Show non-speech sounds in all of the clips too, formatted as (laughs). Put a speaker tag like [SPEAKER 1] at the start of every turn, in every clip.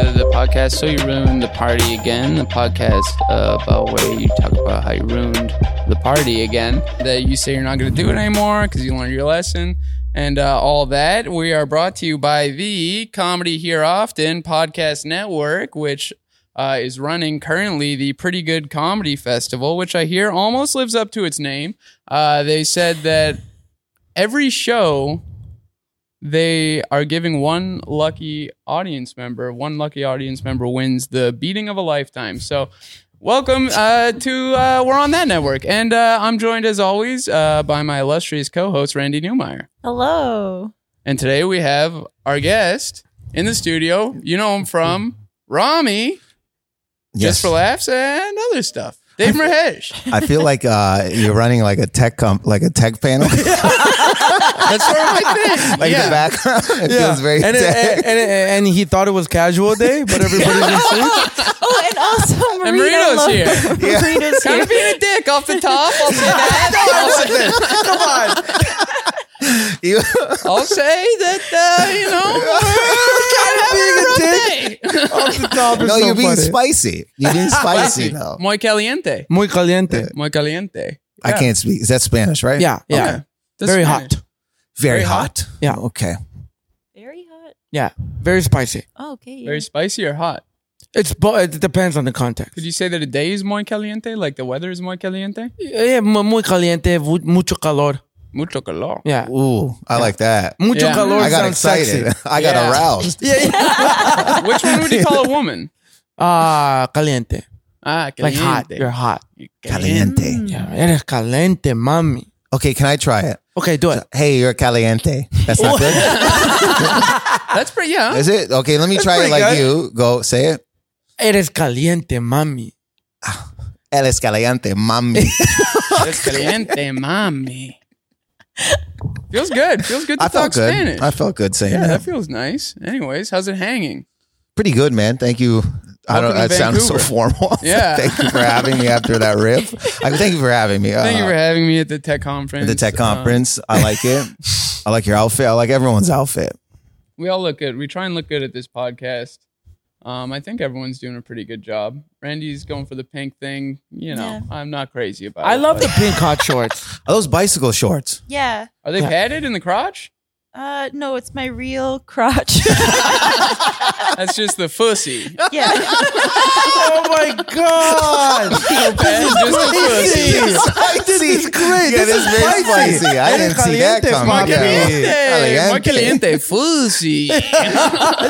[SPEAKER 1] uh, podcast, So You Ruined the Party Again, a podcast uh, about where you talk about how you ruined the party again, that you say you're not going to do it anymore because you learned your lesson, and uh, all that. We are brought to you by the Comedy Here Often Podcast Network, which uh, is running currently the Pretty Good Comedy Festival, which I hear almost lives up to its name. Uh, they said that every show they are giving one lucky audience member. One lucky audience member wins the beating of a lifetime. So, welcome uh, to uh, We're on That Network. And uh, I'm joined, as always, uh, by my illustrious co host, Randy Newmeyer.
[SPEAKER 2] Hello.
[SPEAKER 1] And today we have our guest in the studio. You know him from Rami, Just for Laughs, and other stuff. Dave Mahesh.
[SPEAKER 3] I feel like uh, you're running like a tech comp, like a tech panel, (laughs)
[SPEAKER 1] That's sort of my thing.
[SPEAKER 3] like
[SPEAKER 1] yeah.
[SPEAKER 3] the background. It feels very
[SPEAKER 4] and, it-
[SPEAKER 3] tech.
[SPEAKER 4] and, and, and he thought it was casual
[SPEAKER 1] (laughs)
[SPEAKER 4] day, but everybody's asleep.
[SPEAKER 2] Oh, (laughs) and also Marita.
[SPEAKER 1] And Marito's
[SPEAKER 2] Lo-
[SPEAKER 1] here.
[SPEAKER 4] (laughs)
[SPEAKER 2] (laughs) Marita's
[SPEAKER 1] Kind (laughs)
[SPEAKER 2] here.
[SPEAKER 1] of being a dick off the top. I'll say
[SPEAKER 3] (laughs)
[SPEAKER 1] that. I'll say-
[SPEAKER 3] You-
[SPEAKER 1] I'll say that uh, you know.
[SPEAKER 4] Being a dick off the top is
[SPEAKER 3] no,
[SPEAKER 4] so
[SPEAKER 3] you're being
[SPEAKER 4] funny.
[SPEAKER 3] spicy. You're being spicy though.
[SPEAKER 1] Muy caliente.
[SPEAKER 4] Muy
[SPEAKER 3] Eh,
[SPEAKER 4] caliente.
[SPEAKER 1] Muy caliente.
[SPEAKER 3] I can't speak. Is that Spanish, right?
[SPEAKER 4] Yeah, yeah.
[SPEAKER 1] Okay. That's
[SPEAKER 4] Very
[SPEAKER 1] fine.
[SPEAKER 4] hot.
[SPEAKER 3] Very,
[SPEAKER 1] Very
[SPEAKER 3] hot.
[SPEAKER 1] hot.
[SPEAKER 4] Yeah.
[SPEAKER 3] Okay.
[SPEAKER 2] Very hot.
[SPEAKER 4] Yeah, very spicy.
[SPEAKER 2] Oh, okay. yeah.
[SPEAKER 1] Very spicy or hot?
[SPEAKER 4] It's bo- it depends on the context.
[SPEAKER 1] Could you say that a day is muy caliente? Like the weather is muy caliente?
[SPEAKER 4] yeah, Eh, mu- muy caliente, vu- mucho calor.
[SPEAKER 1] Mucho calor.
[SPEAKER 4] Yeah,
[SPEAKER 3] Ooh, I like that.
[SPEAKER 4] mucho
[SPEAKER 1] Yeah.
[SPEAKER 4] calor
[SPEAKER 3] I got
[SPEAKER 4] sounds
[SPEAKER 3] excited.
[SPEAKER 4] sexy.
[SPEAKER 3] (laughs) I got
[SPEAKER 1] Yeah.
[SPEAKER 3] (laughs) aroused.
[SPEAKER 4] Yeah, yeah.
[SPEAKER 1] (laughs) Which one would you
[SPEAKER 3] (laughs)
[SPEAKER 1] call a woman?
[SPEAKER 4] Ah, caliente.
[SPEAKER 1] Ah, caliente.
[SPEAKER 4] Like hot. You're hot.
[SPEAKER 3] Caliente.
[SPEAKER 4] Yeah, eres caliente, mami.
[SPEAKER 3] Okay, can I try it?
[SPEAKER 4] Okay, do it.
[SPEAKER 3] Hey, you're caliente. That's not good.
[SPEAKER 1] That's pretty, yeah.
[SPEAKER 3] Is it? Okay, let me try it
[SPEAKER 4] pretty
[SPEAKER 3] like
[SPEAKER 4] good.
[SPEAKER 3] you. Go say it.
[SPEAKER 4] Eres caliente, mami.
[SPEAKER 3] El es caliente, mami.
[SPEAKER 1] It's caliente, mami. Feels good. Feels good to
[SPEAKER 3] I
[SPEAKER 1] talk
[SPEAKER 3] felt good.
[SPEAKER 1] Spanish.
[SPEAKER 3] I felt good saying
[SPEAKER 1] yeah,
[SPEAKER 3] that.
[SPEAKER 1] that feels nice. Anyways, how's it hanging?
[SPEAKER 3] pretty good, man. Thank you. I don't.
[SPEAKER 1] Welcome to
[SPEAKER 3] That sounds so
[SPEAKER 1] Vancouver.
[SPEAKER 3] formal. (laughs)
[SPEAKER 1] Yeah.
[SPEAKER 3] thank you for having me after that riff. I, thank you for having me.
[SPEAKER 1] Thank you
[SPEAKER 3] Uh,
[SPEAKER 1] for having me at the tech conference.
[SPEAKER 3] at the tech
[SPEAKER 1] Uh,
[SPEAKER 3] conference. I like it. I like your outfit. I like everyone's outfit.
[SPEAKER 1] we all look good. We try and look good at this podcast. Um, I think everyone's doing a pretty good job. Randy's going for the pink thing. You know,
[SPEAKER 2] Yeah.
[SPEAKER 1] I'm not crazy about it.
[SPEAKER 4] I love
[SPEAKER 1] but-
[SPEAKER 4] the pink hot (laughs) shorts.
[SPEAKER 3] Are those bicycle shorts?
[SPEAKER 2] Yeah.
[SPEAKER 1] Are they
[SPEAKER 4] Yeah.
[SPEAKER 1] padded in the crotch?
[SPEAKER 2] Uh, no, it's my real
[SPEAKER 1] (laughs)
[SPEAKER 2] crotch. (laughs)
[SPEAKER 1] That's just the
[SPEAKER 4] (laughs)
[SPEAKER 1] fussy. (laughs)
[SPEAKER 2] yeah.
[SPEAKER 4] oh my god!
[SPEAKER 3] (laughs)
[SPEAKER 1] That is just the
[SPEAKER 4] Crazy.
[SPEAKER 1] fussy.
[SPEAKER 3] this is great. Yeah,
[SPEAKER 4] This
[SPEAKER 3] this
[SPEAKER 4] is
[SPEAKER 3] is very
[SPEAKER 4] spicy.
[SPEAKER 3] spicy. I
[SPEAKER 4] Eres
[SPEAKER 3] didn't see that
[SPEAKER 4] caliente,
[SPEAKER 3] coming.
[SPEAKER 4] Mark.
[SPEAKER 1] Caliente, muy caliente,
[SPEAKER 3] (laughs)
[SPEAKER 1] fussy.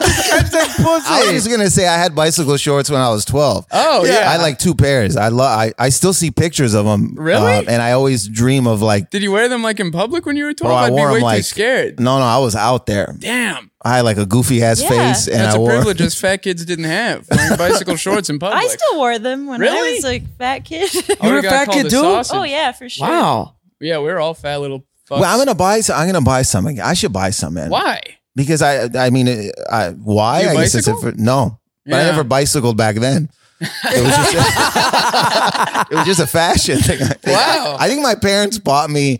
[SPEAKER 3] I was just gonna say I had bicycle shorts when I was twelve.
[SPEAKER 1] Oh yeah.
[SPEAKER 3] I had, like two pairs. I love. I, I still see pictures of them.
[SPEAKER 1] Really?
[SPEAKER 3] and I always dream of like.
[SPEAKER 1] Did you wear them like in public when you were
[SPEAKER 3] Bro,
[SPEAKER 1] twelve? I'd
[SPEAKER 3] I
[SPEAKER 1] be
[SPEAKER 3] wore 'em,
[SPEAKER 1] way too
[SPEAKER 3] like-
[SPEAKER 1] scared.
[SPEAKER 3] No, no, I was out there.
[SPEAKER 1] Damn,
[SPEAKER 3] I had like a goofy ass
[SPEAKER 2] Yeah.
[SPEAKER 3] face, and
[SPEAKER 1] that's
[SPEAKER 3] I
[SPEAKER 1] a
[SPEAKER 3] wore. (laughs)
[SPEAKER 1] privilege us fat kids didn't have. Wearing bicycle shorts in public.
[SPEAKER 2] I still wore them when I
[SPEAKER 1] Really?
[SPEAKER 2] was like fat kid.
[SPEAKER 1] (laughs) I would've
[SPEAKER 4] You were a
[SPEAKER 1] got
[SPEAKER 4] fat
[SPEAKER 1] called
[SPEAKER 4] kid
[SPEAKER 1] a
[SPEAKER 4] too?
[SPEAKER 1] sausage.
[SPEAKER 2] oh yeah, for sure.
[SPEAKER 4] Wow.
[SPEAKER 1] Yeah, we were all fat little. Fucks.
[SPEAKER 3] Well, I'm gonna buy. some- I'm gonna buy something. I should buy some, man.
[SPEAKER 1] Why?
[SPEAKER 3] Because I. I mean, it- I, why?
[SPEAKER 1] You
[SPEAKER 3] I guess it's a,
[SPEAKER 1] bicycle?
[SPEAKER 3] fr- no. But I
[SPEAKER 1] Yeah.
[SPEAKER 3] never bicycled back then. It was just. it was just a (laughs) fashion thing. I think.
[SPEAKER 1] Wow.
[SPEAKER 3] I think my parents bought me.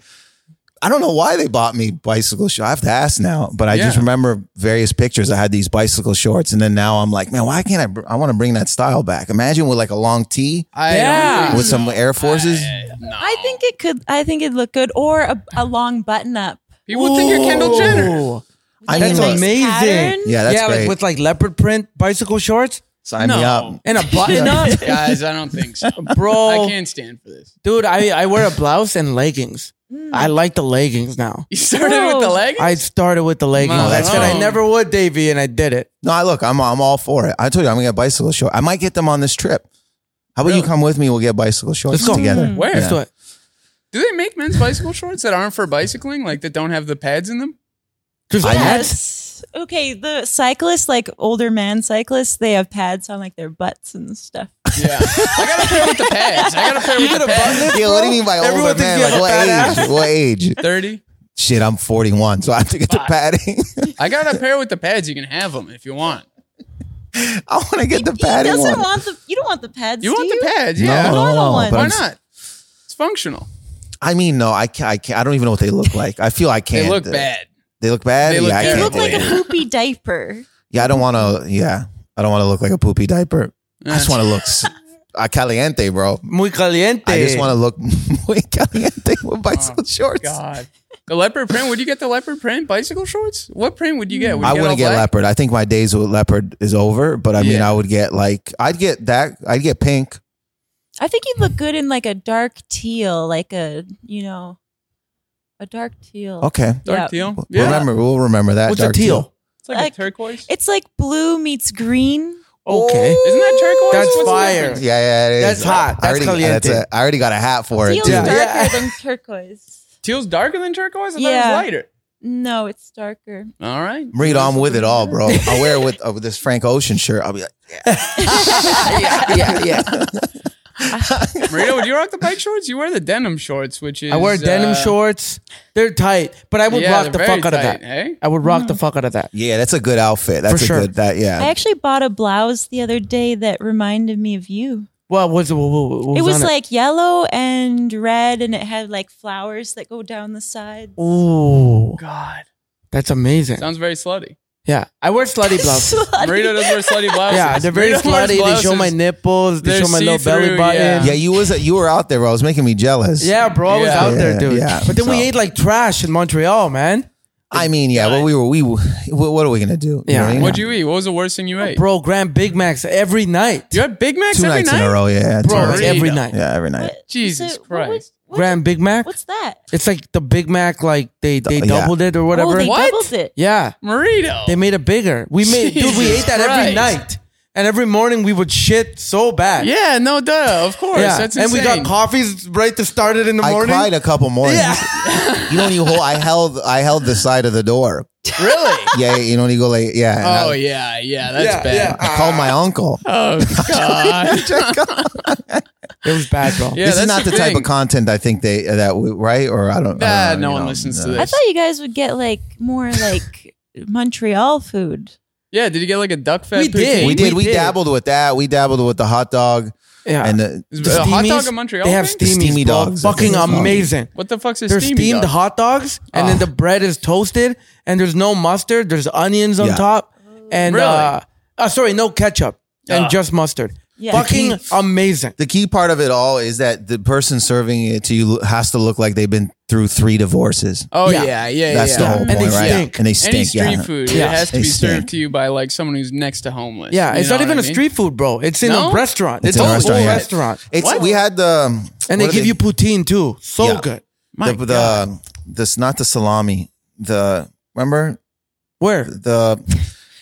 [SPEAKER 3] I don't know why they bought me bicycle shorts. I have to ask now, but I just
[SPEAKER 1] Yeah.
[SPEAKER 3] remember various pictures. I had these bicycle shorts, and then now I'm like, man, why can't I? Br- I want to bring that style back. Imagine with like a long tee
[SPEAKER 1] I
[SPEAKER 4] Yeah.
[SPEAKER 1] don't-
[SPEAKER 3] with some Air Forces.
[SPEAKER 1] no.
[SPEAKER 2] I think it could. I think it'd look good, or a, a long button up.
[SPEAKER 1] people think you're Kendall
[SPEAKER 4] (laughs)
[SPEAKER 1] Jenner.
[SPEAKER 4] Ooh.
[SPEAKER 3] I
[SPEAKER 4] That's
[SPEAKER 3] mean,
[SPEAKER 4] amazing.
[SPEAKER 2] pattern.
[SPEAKER 3] yeah, that's
[SPEAKER 4] yeah,
[SPEAKER 3] great.
[SPEAKER 4] like with like leopard print bicycle shorts
[SPEAKER 3] Sign me
[SPEAKER 1] No.
[SPEAKER 3] up.
[SPEAKER 4] and a
[SPEAKER 1] (laughs)
[SPEAKER 4] button up,
[SPEAKER 1] Guys, I don't think so. I
[SPEAKER 4] bro.
[SPEAKER 1] can't stand for this.
[SPEAKER 4] Dude, I, I wear a blouse and leggings. I like the leggings now.
[SPEAKER 1] You started with the
[SPEAKER 2] Whoa.
[SPEAKER 1] leggings.
[SPEAKER 4] I started with the leggings.
[SPEAKER 1] Wow.
[SPEAKER 4] I said I
[SPEAKER 1] Oh.
[SPEAKER 4] never would, Davey, and I did it.
[SPEAKER 3] No, I look, I'm I'm all for it. I told you I'm gonna get bicycle shorts. I might get them on this trip. How about you
[SPEAKER 1] Really?
[SPEAKER 3] come with me? We'll get bicycle shorts
[SPEAKER 4] Let's go.
[SPEAKER 3] together.
[SPEAKER 1] Where?
[SPEAKER 4] Let's do it.
[SPEAKER 1] Do they make men's bicycle shorts that aren't for bicycling, like that don't have the pads in them?
[SPEAKER 4] There's
[SPEAKER 3] I-
[SPEAKER 4] pads.
[SPEAKER 2] Yes. Okay, the cyclists, like older man cyclists, they have pads on like their butts and stuff.
[SPEAKER 1] Yeah, (laughs) I gotta pair with the pads. I gotta pair with the pads.
[SPEAKER 3] Yeah, what do you mean by
[SPEAKER 4] Everyone
[SPEAKER 3] older
[SPEAKER 4] thinks
[SPEAKER 3] man?
[SPEAKER 4] you
[SPEAKER 3] Like
[SPEAKER 4] have a
[SPEAKER 3] what
[SPEAKER 4] fat
[SPEAKER 3] age? What age?
[SPEAKER 1] Thirty.
[SPEAKER 3] Shit, I'm 41, so I have to get the padding. (laughs)
[SPEAKER 1] I got a pair with the pads. You can have them if you want.
[SPEAKER 3] I want to get the
[SPEAKER 2] He
[SPEAKER 3] padding
[SPEAKER 2] doesn't
[SPEAKER 3] one.
[SPEAKER 2] want the. You don't want the pads.
[SPEAKER 1] You
[SPEAKER 2] do
[SPEAKER 1] want the pads?
[SPEAKER 3] no,
[SPEAKER 1] Yeah.
[SPEAKER 3] no,
[SPEAKER 2] Normal
[SPEAKER 3] no,
[SPEAKER 2] one.
[SPEAKER 3] But
[SPEAKER 1] Why
[SPEAKER 3] I'm s-
[SPEAKER 1] not? It's functional.
[SPEAKER 3] I mean, no, I can't, I can't. I don't even know what they look like. I feel I can't.
[SPEAKER 1] They look
[SPEAKER 3] do it.
[SPEAKER 1] bad.
[SPEAKER 3] They look bad.
[SPEAKER 1] They look
[SPEAKER 3] yeah, I
[SPEAKER 2] You
[SPEAKER 3] can't.
[SPEAKER 1] terrible.
[SPEAKER 2] look
[SPEAKER 3] do
[SPEAKER 2] like
[SPEAKER 3] it.
[SPEAKER 2] a poopy diaper.
[SPEAKER 3] yeah, I don't want to. Yeah, I don't want to look like a poopy diaper. I just
[SPEAKER 1] Uh,
[SPEAKER 3] want to look s- a caliente, bro.
[SPEAKER 4] Muy caliente.
[SPEAKER 3] I just want to look muy caliente with bicycle shorts.
[SPEAKER 1] Oh, God. The leopard print. Would you get the leopard print bicycle shorts? What print would you get? Would you
[SPEAKER 3] I wouldn't
[SPEAKER 1] all
[SPEAKER 3] get
[SPEAKER 1] black?
[SPEAKER 3] leopard. I think my days with leopard is over. But I mean,
[SPEAKER 1] Yeah.
[SPEAKER 3] I would get like I'd get that. I'd get pink.
[SPEAKER 2] I think you'd look good in like a dark teal, like a you know, a dark teal.
[SPEAKER 3] Okay,
[SPEAKER 1] Dark
[SPEAKER 2] Yeah.
[SPEAKER 1] teal. Oh. Yeah.
[SPEAKER 3] remember we'll remember that.
[SPEAKER 4] What's a
[SPEAKER 3] dark
[SPEAKER 4] teal?
[SPEAKER 1] It's like,
[SPEAKER 2] Like-
[SPEAKER 1] a turquoise.
[SPEAKER 2] It's like blue meets green.
[SPEAKER 4] Okay.
[SPEAKER 1] (laughs) Isn't that turquoise?
[SPEAKER 4] That's
[SPEAKER 1] What's the
[SPEAKER 4] fire.
[SPEAKER 1] difference?
[SPEAKER 3] Yeah, yeah, it is.
[SPEAKER 4] That's hot.
[SPEAKER 3] I
[SPEAKER 4] That's
[SPEAKER 3] already,
[SPEAKER 4] caliente.
[SPEAKER 3] a- I already got a hat for it
[SPEAKER 2] Teal's
[SPEAKER 3] too.
[SPEAKER 4] Yeah.
[SPEAKER 2] darker
[SPEAKER 4] Yeah.
[SPEAKER 2] than turquoise.
[SPEAKER 1] Teal's darker than turquoise. I thought it
[SPEAKER 2] Yeah.
[SPEAKER 1] was lighter.
[SPEAKER 2] No, it's darker.
[SPEAKER 1] All
[SPEAKER 4] (laughs)
[SPEAKER 1] right.
[SPEAKER 3] Read on with it all, bro. I wear it with, uh, with this Frank Ocean shirt. I'll be like,
[SPEAKER 4] yeah, yeah, yeah.
[SPEAKER 1] Marino, would you rock the bike shorts? You wear the denim shorts, which is
[SPEAKER 4] (laughs) I wear
[SPEAKER 1] uh,
[SPEAKER 4] denim shorts. They're tight, but I would
[SPEAKER 1] yeah,
[SPEAKER 4] rock the
[SPEAKER 1] they're
[SPEAKER 4] fuck out
[SPEAKER 1] very
[SPEAKER 4] of
[SPEAKER 1] tight,
[SPEAKER 4] that.
[SPEAKER 1] Hey,
[SPEAKER 4] I would rock the fuck out of that.
[SPEAKER 3] yeah, that's a good outfit. That's
[SPEAKER 4] For
[SPEAKER 3] a
[SPEAKER 4] sure.
[SPEAKER 3] good that.
[SPEAKER 2] I
[SPEAKER 3] Yeah,
[SPEAKER 2] actually bought a blouse the other day that reminded me of you.
[SPEAKER 4] Well, what was, what was, what
[SPEAKER 2] it was
[SPEAKER 4] on
[SPEAKER 2] like yellow and red, and it had like flowers that go down the sides. (laughs)
[SPEAKER 4] Ooh,
[SPEAKER 1] God,
[SPEAKER 4] that's amazing.
[SPEAKER 1] sounds very slutty.
[SPEAKER 4] Yeah, I wear slutty
[SPEAKER 2] (laughs)
[SPEAKER 4] blouses.
[SPEAKER 2] Slutty.
[SPEAKER 1] Marino does wear slutty
[SPEAKER 4] (laughs)
[SPEAKER 1] blouses.
[SPEAKER 4] yeah, they're very
[SPEAKER 1] Marino wears
[SPEAKER 4] slutty. They show
[SPEAKER 1] blouses.
[SPEAKER 4] my nipples. They
[SPEAKER 1] They're
[SPEAKER 4] show my little belly
[SPEAKER 1] see-through,
[SPEAKER 4] button.
[SPEAKER 1] yeah.
[SPEAKER 4] Yeah,
[SPEAKER 3] yeah. You was you were out there, bro. It was making me jealous.
[SPEAKER 4] bro, I was
[SPEAKER 1] Yeah.
[SPEAKER 4] out there,
[SPEAKER 3] Yeah,
[SPEAKER 4] dude.
[SPEAKER 3] yeah.
[SPEAKER 4] but then we
[SPEAKER 3] So-
[SPEAKER 4] ate like trash in Montreal, man.
[SPEAKER 3] I mean, yeah. Well, we were we. were- What what are we gonna do?
[SPEAKER 4] Yeah.
[SPEAKER 3] what I mean?
[SPEAKER 1] What'd you eat? What was the worst thing you ate?
[SPEAKER 4] Oh, Bro, grand Big Macs every night.
[SPEAKER 1] You had Big Macs
[SPEAKER 3] Two
[SPEAKER 1] every
[SPEAKER 3] nights
[SPEAKER 1] night.
[SPEAKER 3] in a row. Yeah, two
[SPEAKER 4] bro,
[SPEAKER 3] nights.
[SPEAKER 1] Burrito.
[SPEAKER 4] every night.
[SPEAKER 3] yeah, every night.
[SPEAKER 2] What-
[SPEAKER 1] Jesus
[SPEAKER 2] so what
[SPEAKER 1] Christ.
[SPEAKER 2] was- what-
[SPEAKER 4] Grand Big Mac.
[SPEAKER 2] What's that?
[SPEAKER 4] It's like the Big Mac, like they they
[SPEAKER 3] Yeah.
[SPEAKER 4] doubled it or whatever.
[SPEAKER 2] Oh, they
[SPEAKER 1] What?
[SPEAKER 2] doubled it.
[SPEAKER 4] Yeah,
[SPEAKER 1] Marino.
[SPEAKER 4] they made it bigger. We made, dude, we
[SPEAKER 1] Oh. Jesus
[SPEAKER 4] ate that every
[SPEAKER 1] Christ.
[SPEAKER 4] night, and every morning we would shit so bad.
[SPEAKER 1] yeah, no duh.
[SPEAKER 4] (laughs)
[SPEAKER 1] Of course.
[SPEAKER 4] yeah.
[SPEAKER 1] That's
[SPEAKER 4] and we
[SPEAKER 1] insane.
[SPEAKER 4] got coffees right to start it in the
[SPEAKER 3] I
[SPEAKER 4] morning.
[SPEAKER 3] cried a couple mornings. you know when you hold, I held, I held the side of the door.
[SPEAKER 4] (laughs)
[SPEAKER 1] Really?
[SPEAKER 3] Yeah, you know when you go like, yeah. and
[SPEAKER 1] oh
[SPEAKER 3] I,
[SPEAKER 1] yeah, yeah. That's
[SPEAKER 4] Yeah,
[SPEAKER 1] bad.
[SPEAKER 4] yeah.
[SPEAKER 3] I called my
[SPEAKER 1] (laughs)
[SPEAKER 3] uncle.
[SPEAKER 4] (laughs)
[SPEAKER 1] Oh God.
[SPEAKER 4] It was bad, bro.
[SPEAKER 1] Yeah,
[SPEAKER 3] this
[SPEAKER 1] that's
[SPEAKER 3] is not the,
[SPEAKER 1] the
[SPEAKER 3] type of
[SPEAKER 1] thing.
[SPEAKER 3] content I think they that we, right or I don't. I
[SPEAKER 1] Nah,
[SPEAKER 3] don't
[SPEAKER 1] no
[SPEAKER 3] know, you
[SPEAKER 1] one
[SPEAKER 3] know,
[SPEAKER 1] listens to
[SPEAKER 3] no.
[SPEAKER 2] I
[SPEAKER 1] this.
[SPEAKER 2] thought you guys would get like more like Montreal food.
[SPEAKER 1] Yeah, did you get like a duck fat?
[SPEAKER 4] We did.
[SPEAKER 3] We
[SPEAKER 1] poutine?
[SPEAKER 3] did.
[SPEAKER 4] We
[SPEAKER 3] We,
[SPEAKER 4] did.
[SPEAKER 3] dabbled with that. We dabbled with the hot dog
[SPEAKER 1] Ah.
[SPEAKER 4] Yeah.
[SPEAKER 3] and the.
[SPEAKER 1] Is a hot dog
[SPEAKER 4] Steamies,
[SPEAKER 1] in Montreal?
[SPEAKER 4] They have
[SPEAKER 1] thing?
[SPEAKER 4] steamies,
[SPEAKER 3] Steamy
[SPEAKER 4] bro.
[SPEAKER 3] dogs, I
[SPEAKER 4] Fucking
[SPEAKER 3] think it's called.
[SPEAKER 4] amazing.
[SPEAKER 1] What the fuck's a
[SPEAKER 4] They're
[SPEAKER 1] steamy
[SPEAKER 4] steamed
[SPEAKER 1] dog?
[SPEAKER 4] hot dogs, and then
[SPEAKER 1] Ah.
[SPEAKER 4] the bread is toasted, and there's no mustard. There's onions on
[SPEAKER 3] Yeah.
[SPEAKER 4] top, and
[SPEAKER 1] Really?
[SPEAKER 4] uh, uh, sorry, no ketchup and
[SPEAKER 1] Ah.
[SPEAKER 4] just mustard.
[SPEAKER 2] Yeah.
[SPEAKER 4] Fucking amazing.
[SPEAKER 3] The key part of it all is that the person serving it to you has to look like they've been through three divorces.
[SPEAKER 1] Oh
[SPEAKER 4] Yeah.
[SPEAKER 1] yeah, yeah, yeah.
[SPEAKER 3] That's the
[SPEAKER 1] yeah.
[SPEAKER 3] whole
[SPEAKER 4] And
[SPEAKER 3] point,
[SPEAKER 4] they
[SPEAKER 3] right?
[SPEAKER 4] stink.
[SPEAKER 3] And they stink.
[SPEAKER 1] Any street
[SPEAKER 3] yeah.
[SPEAKER 1] food,
[SPEAKER 4] Yeah.
[SPEAKER 1] it has to
[SPEAKER 3] They
[SPEAKER 1] be
[SPEAKER 3] stink.
[SPEAKER 1] served to you by like someone who's next to homeless.
[SPEAKER 4] Yeah,
[SPEAKER 1] You
[SPEAKER 4] it's
[SPEAKER 1] know
[SPEAKER 4] not even
[SPEAKER 1] what
[SPEAKER 4] a
[SPEAKER 1] I mean?
[SPEAKER 4] street food, bro. It's in
[SPEAKER 1] No?
[SPEAKER 4] a restaurant.
[SPEAKER 3] It's
[SPEAKER 4] It's,
[SPEAKER 3] in a
[SPEAKER 4] a whole
[SPEAKER 3] restaurant,
[SPEAKER 4] restaurant.
[SPEAKER 3] yeah. It's
[SPEAKER 1] What?
[SPEAKER 3] we had the um,
[SPEAKER 4] And they
[SPEAKER 3] what are
[SPEAKER 4] give you poutine too. So
[SPEAKER 3] Yeah.
[SPEAKER 4] good.
[SPEAKER 1] My God.
[SPEAKER 3] the, the this not the salami the remember
[SPEAKER 4] Where?
[SPEAKER 3] the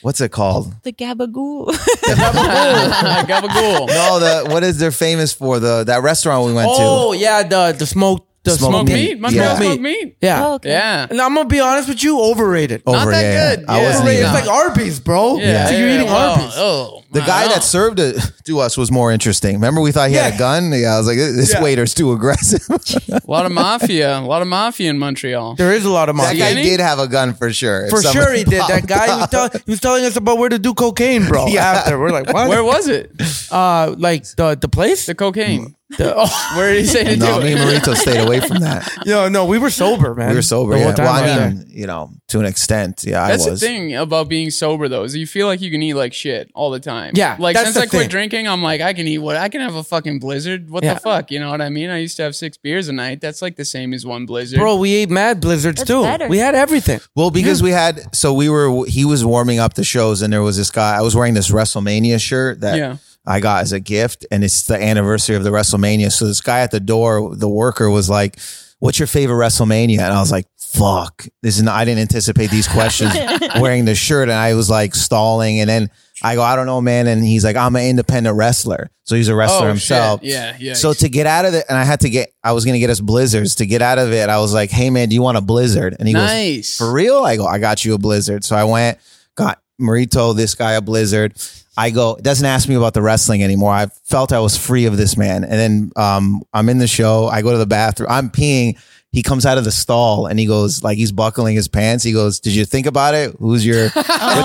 [SPEAKER 3] what's it called
[SPEAKER 2] The gabagoo.
[SPEAKER 1] (laughs)
[SPEAKER 4] (laughs)
[SPEAKER 1] Gabagool.
[SPEAKER 3] no the what is they're famous for the that restaurant we went
[SPEAKER 4] Oh
[SPEAKER 3] to
[SPEAKER 4] yeah, the the smoked the
[SPEAKER 3] Smoked
[SPEAKER 4] smoked,
[SPEAKER 1] Smoked
[SPEAKER 3] meat.
[SPEAKER 1] meat. Montreal
[SPEAKER 3] Yeah.
[SPEAKER 1] smoked meat.
[SPEAKER 2] (laughs)
[SPEAKER 4] Yeah.
[SPEAKER 2] Oh, okay.
[SPEAKER 1] Yeah.
[SPEAKER 4] And I'm gonna be honest with you, overrated.
[SPEAKER 3] over
[SPEAKER 1] that
[SPEAKER 3] yeah, yeah.
[SPEAKER 1] good.
[SPEAKER 3] I
[SPEAKER 1] Oh, Yeah.
[SPEAKER 3] wasn't
[SPEAKER 4] Overrated.
[SPEAKER 3] even,
[SPEAKER 4] It's like Arby's, bro.
[SPEAKER 1] Yeah.
[SPEAKER 4] So you're
[SPEAKER 1] yeah,
[SPEAKER 4] eating
[SPEAKER 1] well,
[SPEAKER 4] Arby's.
[SPEAKER 1] Oh,
[SPEAKER 3] the
[SPEAKER 1] I
[SPEAKER 3] guy
[SPEAKER 1] don't
[SPEAKER 3] that served it to us was more interesting remember we thought he had
[SPEAKER 4] Yeah.
[SPEAKER 3] a gun yeah I was like this
[SPEAKER 4] Yeah.
[SPEAKER 3] waiter's too aggressive (laughs) that
[SPEAKER 1] know. a (laughs) lot of mafia, a lot of mafia in Montreal.
[SPEAKER 4] There is a lot of money.
[SPEAKER 3] guy
[SPEAKER 1] any?
[SPEAKER 3] did have a gun for sure If
[SPEAKER 4] For
[SPEAKER 3] somebody
[SPEAKER 4] sure he did. That
[SPEAKER 3] popped
[SPEAKER 4] guy he was,
[SPEAKER 3] up.
[SPEAKER 4] tell, he was telling us about where to do cocaine,
[SPEAKER 1] (laughs)
[SPEAKER 4] bro.
[SPEAKER 3] Yeah.
[SPEAKER 4] After we're like, what? (laughs)
[SPEAKER 1] Where was it?
[SPEAKER 4] uh, like the the place?
[SPEAKER 1] The cocaine.
[SPEAKER 4] The- oh,
[SPEAKER 1] (laughs) Where did he say to
[SPEAKER 4] (laughs)
[SPEAKER 3] no
[SPEAKER 1] do
[SPEAKER 3] me and
[SPEAKER 1] it?
[SPEAKER 3] Marito stayed away from that
[SPEAKER 4] no, no, we were sober, man.
[SPEAKER 3] we were sober
[SPEAKER 4] (laughs) The whole
[SPEAKER 3] yeah
[SPEAKER 4] time
[SPEAKER 3] well
[SPEAKER 4] we were
[SPEAKER 3] I
[SPEAKER 4] there.
[SPEAKER 3] mean you know to an extent yeah
[SPEAKER 1] That's
[SPEAKER 3] I
[SPEAKER 1] the
[SPEAKER 3] was
[SPEAKER 1] thing about being sober though, is you feel like you can eat like shit all the time.
[SPEAKER 4] Yeah,
[SPEAKER 1] Like
[SPEAKER 4] that's
[SPEAKER 1] since
[SPEAKER 4] the
[SPEAKER 1] I quit
[SPEAKER 4] thing.
[SPEAKER 1] drinking, I'm like, I can eat what I can have a fucking blizzard. What
[SPEAKER 4] Yeah.
[SPEAKER 1] the fuck? You know what I mean? I used to have six beers a night. That's like the same as one blizzard.
[SPEAKER 4] bro, we ate mad blizzards
[SPEAKER 2] That's
[SPEAKER 4] too.
[SPEAKER 2] better.
[SPEAKER 4] We
[SPEAKER 1] (laughs)
[SPEAKER 4] had everything.
[SPEAKER 3] Well, because we had so we were he was warming up the shows and there was this guy I was wearing this WrestleMania shirt that
[SPEAKER 1] Yeah. Oh,
[SPEAKER 3] I got as a gift and it's the anniversary of the WrestleMania. So this guy at the door, the worker was like, "What's your favorite WrestleMania?" And I was like, "Fuck, this is not, I didn't anticipate these
[SPEAKER 1] (laughs)
[SPEAKER 3] questions."
[SPEAKER 2] (laughs)
[SPEAKER 3] wearing the shirt and I was like stalling and then I go, "I don't know, man." And he's like, "I'm an independent wrestler." So he's a wrestler
[SPEAKER 1] oh,
[SPEAKER 3] himself.
[SPEAKER 1] Shit. Yeah, yeah.
[SPEAKER 3] So to get out of it, and I had to get, I was gonna get us blizzards. To get out of it, I was like, "Hey man, do you want a blizzard?" And he goes,
[SPEAKER 1] nice.
[SPEAKER 3] for real? I go, I got you a blizzard. So I went, got Marito, this guy a blizzard. I go, it doesn't ask me about the wrestling anymore. I felt I was free of this man. And then um, I'm in the show. I go to the bathroom. I'm peeing. He comes out of the stall and he goes, like he's buckling his pants. He goes, Did you think about it? Who's your
[SPEAKER 1] (laughs)
[SPEAKER 3] what's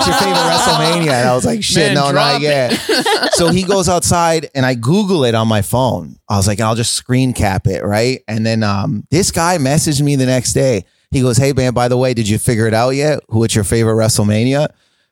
[SPEAKER 3] your favorite WrestleMania? And I was like, shit,
[SPEAKER 1] Man,
[SPEAKER 3] no,
[SPEAKER 1] drop
[SPEAKER 3] not
[SPEAKER 1] it.
[SPEAKER 3] yet. so he goes outside and I Google it on my phone. I was like, I'll just screen cap it, right? And then um, this guy messaged me the next day. He goes, Hey man, by the way, did you figure it out yet? Who it's your favorite WrestleMania?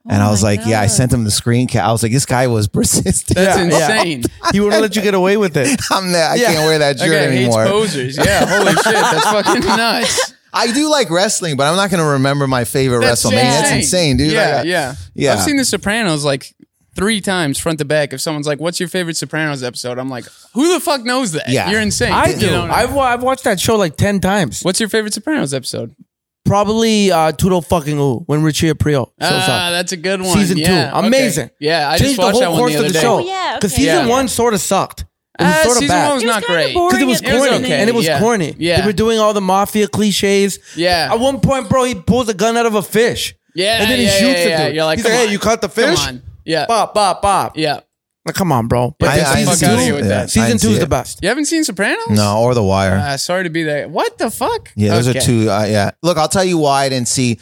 [SPEAKER 3] And
[SPEAKER 2] Oh
[SPEAKER 3] I was
[SPEAKER 2] my
[SPEAKER 3] like, yeah, I
[SPEAKER 2] God.
[SPEAKER 3] sent him the screen cap. I was like, this guy was (laughs) persistent.
[SPEAKER 1] That's
[SPEAKER 4] Yeah, yeah.
[SPEAKER 1] insane.
[SPEAKER 4] He wouldn't let you get away
[SPEAKER 1] (laughs)
[SPEAKER 4] with it.
[SPEAKER 3] I'm there. I
[SPEAKER 4] Yeah.
[SPEAKER 3] can't wear that
[SPEAKER 1] That
[SPEAKER 3] shirt
[SPEAKER 1] guy hates
[SPEAKER 3] anymore.
[SPEAKER 1] posers. Yeah, holy shit, that's
[SPEAKER 3] (laughs)
[SPEAKER 1] fucking nuts.
[SPEAKER 3] I do like wrestling, but I'm not going to remember my favorite
[SPEAKER 1] That's
[SPEAKER 3] WrestleMania. That's insane, dude.
[SPEAKER 1] Yeah,
[SPEAKER 3] Like, uh,
[SPEAKER 1] yeah,
[SPEAKER 3] yeah.
[SPEAKER 1] I've seen The Sopranos like three times front to back. If someone's like, "What's your favorite Sopranos episode?" I'm like, "Who the fuck knows that?"
[SPEAKER 3] Yeah.
[SPEAKER 1] you're insane.
[SPEAKER 4] I
[SPEAKER 1] You
[SPEAKER 4] do.
[SPEAKER 1] know what I mean?
[SPEAKER 4] I've, wa- I've watched that show like 10 times.
[SPEAKER 1] What's your favorite Sopranos episode?
[SPEAKER 4] Probably uh, Tudo fucking Ooh when Richie Aprile. shows
[SPEAKER 1] Ah,
[SPEAKER 4] up.
[SPEAKER 1] that's a good one.
[SPEAKER 4] Season two.
[SPEAKER 1] Yeah, okay.
[SPEAKER 4] Amazing.
[SPEAKER 1] Yeah, I
[SPEAKER 4] Changed
[SPEAKER 1] just watched
[SPEAKER 4] the
[SPEAKER 1] that
[SPEAKER 4] whole
[SPEAKER 1] one
[SPEAKER 4] course
[SPEAKER 1] the other
[SPEAKER 4] of the
[SPEAKER 1] day.
[SPEAKER 4] show.
[SPEAKER 2] Oh, yeah,
[SPEAKER 4] Because
[SPEAKER 2] okay.
[SPEAKER 4] season
[SPEAKER 1] Yeah.
[SPEAKER 4] one sort of sucked. It was
[SPEAKER 1] Ah,
[SPEAKER 4] sort of
[SPEAKER 1] season
[SPEAKER 4] bad.
[SPEAKER 1] one was
[SPEAKER 2] It was
[SPEAKER 1] not
[SPEAKER 2] kinda
[SPEAKER 1] great.
[SPEAKER 2] boring.
[SPEAKER 4] because it was
[SPEAKER 2] It was
[SPEAKER 4] corny
[SPEAKER 1] okay,
[SPEAKER 4] and it was
[SPEAKER 1] yeah.
[SPEAKER 4] corny.
[SPEAKER 1] Yeah.
[SPEAKER 4] They were doing all the mafia cliches.
[SPEAKER 1] Yeah.
[SPEAKER 4] At one point, bro, he pulls a gun out of a fish.
[SPEAKER 1] Yeah,
[SPEAKER 4] And then he
[SPEAKER 1] yeah,
[SPEAKER 4] shoots
[SPEAKER 1] yeah,
[SPEAKER 4] it.
[SPEAKER 1] yeah.
[SPEAKER 4] dude.
[SPEAKER 1] You're like,
[SPEAKER 4] He's
[SPEAKER 1] come
[SPEAKER 4] like,
[SPEAKER 1] on.
[SPEAKER 4] hey, you caught the
[SPEAKER 1] Come
[SPEAKER 4] fish?
[SPEAKER 1] on. Yeah.
[SPEAKER 4] Bop, bop, bop.
[SPEAKER 1] Yeah.
[SPEAKER 4] Like, come on, bro. But
[SPEAKER 1] I-
[SPEAKER 4] then
[SPEAKER 1] I didn't
[SPEAKER 4] season
[SPEAKER 1] see
[SPEAKER 4] two,
[SPEAKER 1] it.
[SPEAKER 4] (laughs)
[SPEAKER 1] Yeah, I
[SPEAKER 4] season
[SPEAKER 3] didn't
[SPEAKER 4] two
[SPEAKER 3] see
[SPEAKER 4] is the
[SPEAKER 3] it.
[SPEAKER 4] best.
[SPEAKER 1] You haven't seen Sopranos?
[SPEAKER 3] No, or The Wire.
[SPEAKER 1] Uh, sorry to be that. What the fuck?
[SPEAKER 3] yeah, those
[SPEAKER 1] Okay.
[SPEAKER 3] are two. Uh, yeah. Look, I'll tell you why I didn't see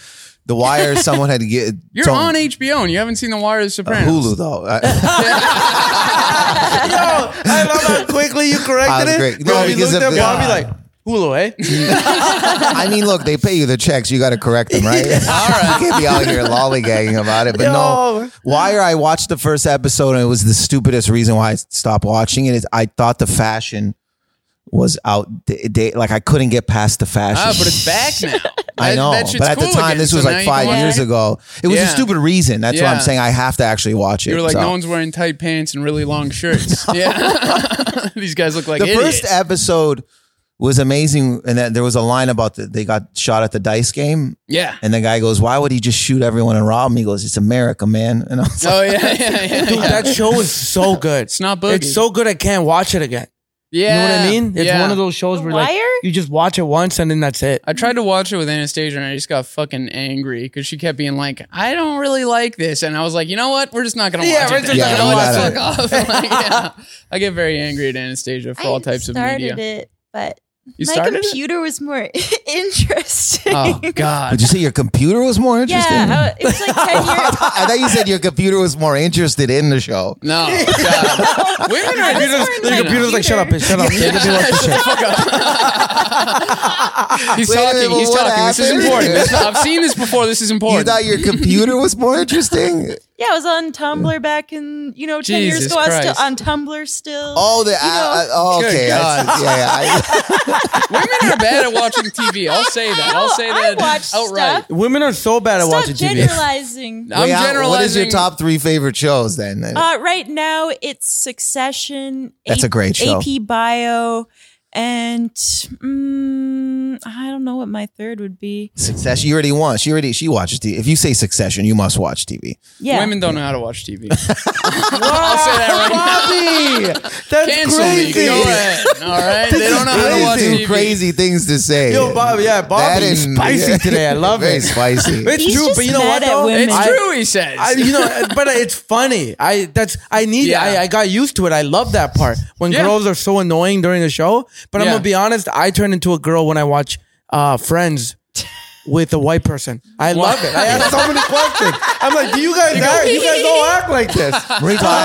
[SPEAKER 3] The
[SPEAKER 1] (laughs)
[SPEAKER 3] Wire. Someone had to get.
[SPEAKER 1] You're
[SPEAKER 3] told-
[SPEAKER 1] on HBO and you haven't seen The Wire of The Sopranos.
[SPEAKER 3] Uh, Hulu, though.
[SPEAKER 1] (laughs)
[SPEAKER 3] I,
[SPEAKER 4] Yo, I love how
[SPEAKER 1] (laughs)
[SPEAKER 4] quickly you
[SPEAKER 3] I
[SPEAKER 4] corrected
[SPEAKER 3] was
[SPEAKER 4] it.
[SPEAKER 3] great.
[SPEAKER 4] Bro,
[SPEAKER 3] No,
[SPEAKER 4] you
[SPEAKER 3] because
[SPEAKER 4] looked
[SPEAKER 3] of
[SPEAKER 4] at
[SPEAKER 3] the-
[SPEAKER 4] Bobby like, Hulu, eh?
[SPEAKER 3] I mean, look, they pay you the checks. You got to correct them,
[SPEAKER 1] (laughs)
[SPEAKER 3] right? All right. You can't be out here lollygagging about it. But
[SPEAKER 4] Yo.
[SPEAKER 3] no, Wire, I watched the first episode and it was the stupidest reason why I stopped watching it. Is I thought the fashion was out. Like, I couldn't get past the fashion.
[SPEAKER 1] Ah, but it's back now.
[SPEAKER 3] (laughs) I
[SPEAKER 1] That-
[SPEAKER 3] know,
[SPEAKER 1] that shit's
[SPEAKER 3] but at the
[SPEAKER 1] cool
[SPEAKER 3] time,
[SPEAKER 1] again,
[SPEAKER 3] this
[SPEAKER 1] so
[SPEAKER 3] was
[SPEAKER 1] now
[SPEAKER 3] like
[SPEAKER 1] you can
[SPEAKER 3] five
[SPEAKER 1] watch
[SPEAKER 3] years
[SPEAKER 1] it.
[SPEAKER 3] ago. It was a
[SPEAKER 1] Yeah.
[SPEAKER 3] stupid reason. That's why
[SPEAKER 1] Yeah.
[SPEAKER 3] I'm saying I have to actually watch it.
[SPEAKER 1] You were like,
[SPEAKER 3] so.
[SPEAKER 1] no one's wearing tight pants and really long
[SPEAKER 4] (laughs)
[SPEAKER 1] shirts. Yeah. (laughs) These guys look like
[SPEAKER 3] the
[SPEAKER 1] idiots.
[SPEAKER 3] first episode was amazing, and then there was a line about the, they got shot at the dice game,
[SPEAKER 4] (laughs)
[SPEAKER 1] yeah.
[SPEAKER 3] and the guy goes, "Why would he just shoot everyone and rob him?" He goes, "It's America, man." And I was like,
[SPEAKER 1] Oh, yeah. yeah, yeah,
[SPEAKER 4] Dude,
[SPEAKER 1] yeah.
[SPEAKER 4] that show is so good.
[SPEAKER 1] It's not boogie.
[SPEAKER 4] It's so good I can't watch it again. You know what
[SPEAKER 1] yeah.
[SPEAKER 4] I mean? It's
[SPEAKER 1] yeah.
[SPEAKER 4] one of those shows
[SPEAKER 2] The
[SPEAKER 4] where like
[SPEAKER 2] Wire?
[SPEAKER 4] you just watch it once and then that's it.
[SPEAKER 1] I tried to watch it with Anastasia and I just got fucking angry because she kept being like, I don't really like this. And I was like, you know what? We're just not going to
[SPEAKER 4] Yeah,
[SPEAKER 1] watch
[SPEAKER 4] we're
[SPEAKER 1] it.
[SPEAKER 4] just
[SPEAKER 1] then."
[SPEAKER 3] not gonna
[SPEAKER 1] You know
[SPEAKER 3] watch
[SPEAKER 1] what? Fuck off. (laughs) Like, yeah. I get very angry at Anastasia for all types of
[SPEAKER 2] started
[SPEAKER 1] media.
[SPEAKER 2] it, but
[SPEAKER 1] You
[SPEAKER 2] my
[SPEAKER 1] started it?
[SPEAKER 2] computer was more (laughs) interesting.
[SPEAKER 1] Oh, God.
[SPEAKER 4] (laughs)
[SPEAKER 3] "Did you say your computer was more interesting?"
[SPEAKER 2] Yeah, I- it was like ten years.
[SPEAKER 1] (laughs)
[SPEAKER 3] I thought you said your computer was more interested in the show.
[SPEAKER 1] No. God. Women are
[SPEAKER 2] That's
[SPEAKER 1] just.
[SPEAKER 2] where
[SPEAKER 4] The
[SPEAKER 2] my
[SPEAKER 4] computer's like, shut up, bitch, shut up.
[SPEAKER 1] Yeah.
[SPEAKER 3] (laughs)
[SPEAKER 1] he's
[SPEAKER 3] Wait a
[SPEAKER 1] talking.
[SPEAKER 3] minute,
[SPEAKER 1] he's
[SPEAKER 3] what
[SPEAKER 1] talking. This is
[SPEAKER 3] happened?
[SPEAKER 1] important. This- I've seen this before. This is
[SPEAKER 3] You
[SPEAKER 1] important.
[SPEAKER 3] thought your computer was more interesting?
[SPEAKER 2] Yeah, I was on Tumblr back in you know ten years
[SPEAKER 1] Jesus
[SPEAKER 2] ago. I was
[SPEAKER 1] Christ.
[SPEAKER 2] still on Tumblr still.
[SPEAKER 3] Oh, the
[SPEAKER 2] You
[SPEAKER 3] I, I,
[SPEAKER 2] know,
[SPEAKER 3] oh,
[SPEAKER 1] Good
[SPEAKER 3] okay. I-
[SPEAKER 1] God.
[SPEAKER 3] yeah, yeah, I-
[SPEAKER 1] Women are bad at watching TV.
[SPEAKER 3] (laughs)
[SPEAKER 1] I'll say that. I'll say
[SPEAKER 2] I
[SPEAKER 1] that
[SPEAKER 2] watch
[SPEAKER 1] outright.
[SPEAKER 2] stuff.
[SPEAKER 4] Women are so bad at
[SPEAKER 2] stop
[SPEAKER 1] (laughs)
[SPEAKER 4] watching TV.
[SPEAKER 2] generalizing.
[SPEAKER 1] (laughs) I'm
[SPEAKER 3] Wait, how-
[SPEAKER 1] generalizing.
[SPEAKER 3] What is your top three favorite shows then?
[SPEAKER 2] Uh, right now, it's Succession.
[SPEAKER 3] That's
[SPEAKER 2] A-
[SPEAKER 3] a great show.
[SPEAKER 2] AP Bio, and mm, I don't know what my third would be.
[SPEAKER 3] Succession. You already won. She already she watches TV. If you say Succession, you must watch TV.
[SPEAKER 2] Yeah,
[SPEAKER 1] Women don't know how to watch
[SPEAKER 3] (laughs)
[SPEAKER 1] TV. I'll say that right now.
[SPEAKER 4] (laughs) Bobby, that's
[SPEAKER 1] Cancel
[SPEAKER 4] crazy.
[SPEAKER 1] me. Go ahead. All right. They don't know how to watch
[SPEAKER 3] Crazy,
[SPEAKER 1] TV.
[SPEAKER 3] Crazy things to say.
[SPEAKER 4] Yo, Bob, yeah, Bobby is spicy today. I
[SPEAKER 3] (laughs)
[SPEAKER 4] love
[SPEAKER 3] Very
[SPEAKER 4] it. (laughs)
[SPEAKER 3] spicy.
[SPEAKER 4] It's
[SPEAKER 2] He's
[SPEAKER 4] true,
[SPEAKER 2] just
[SPEAKER 4] but you know
[SPEAKER 2] mad
[SPEAKER 4] what?
[SPEAKER 2] at
[SPEAKER 4] Though?
[SPEAKER 2] women.
[SPEAKER 1] It's
[SPEAKER 2] I-
[SPEAKER 1] true. He says.
[SPEAKER 4] I,
[SPEAKER 1] (laughs)
[SPEAKER 4] you know, but it's funny. I that's I need.
[SPEAKER 1] Yeah.
[SPEAKER 4] I, I got used to it. I love that part when
[SPEAKER 1] Yeah.
[SPEAKER 4] girls are so annoying during the show. But I'm
[SPEAKER 1] Yeah.
[SPEAKER 4] gonna be honest. I turn into a girl when I watch
[SPEAKER 1] (laughs)
[SPEAKER 4] uh, Friends with a white person. I
[SPEAKER 1] Why?
[SPEAKER 4] love it. I ask so many questions. I'm like, do you
[SPEAKER 1] (laughs)
[SPEAKER 4] guys act? You guys all act like this.
[SPEAKER 3] Rachel,
[SPEAKER 2] Oh
[SPEAKER 3] I,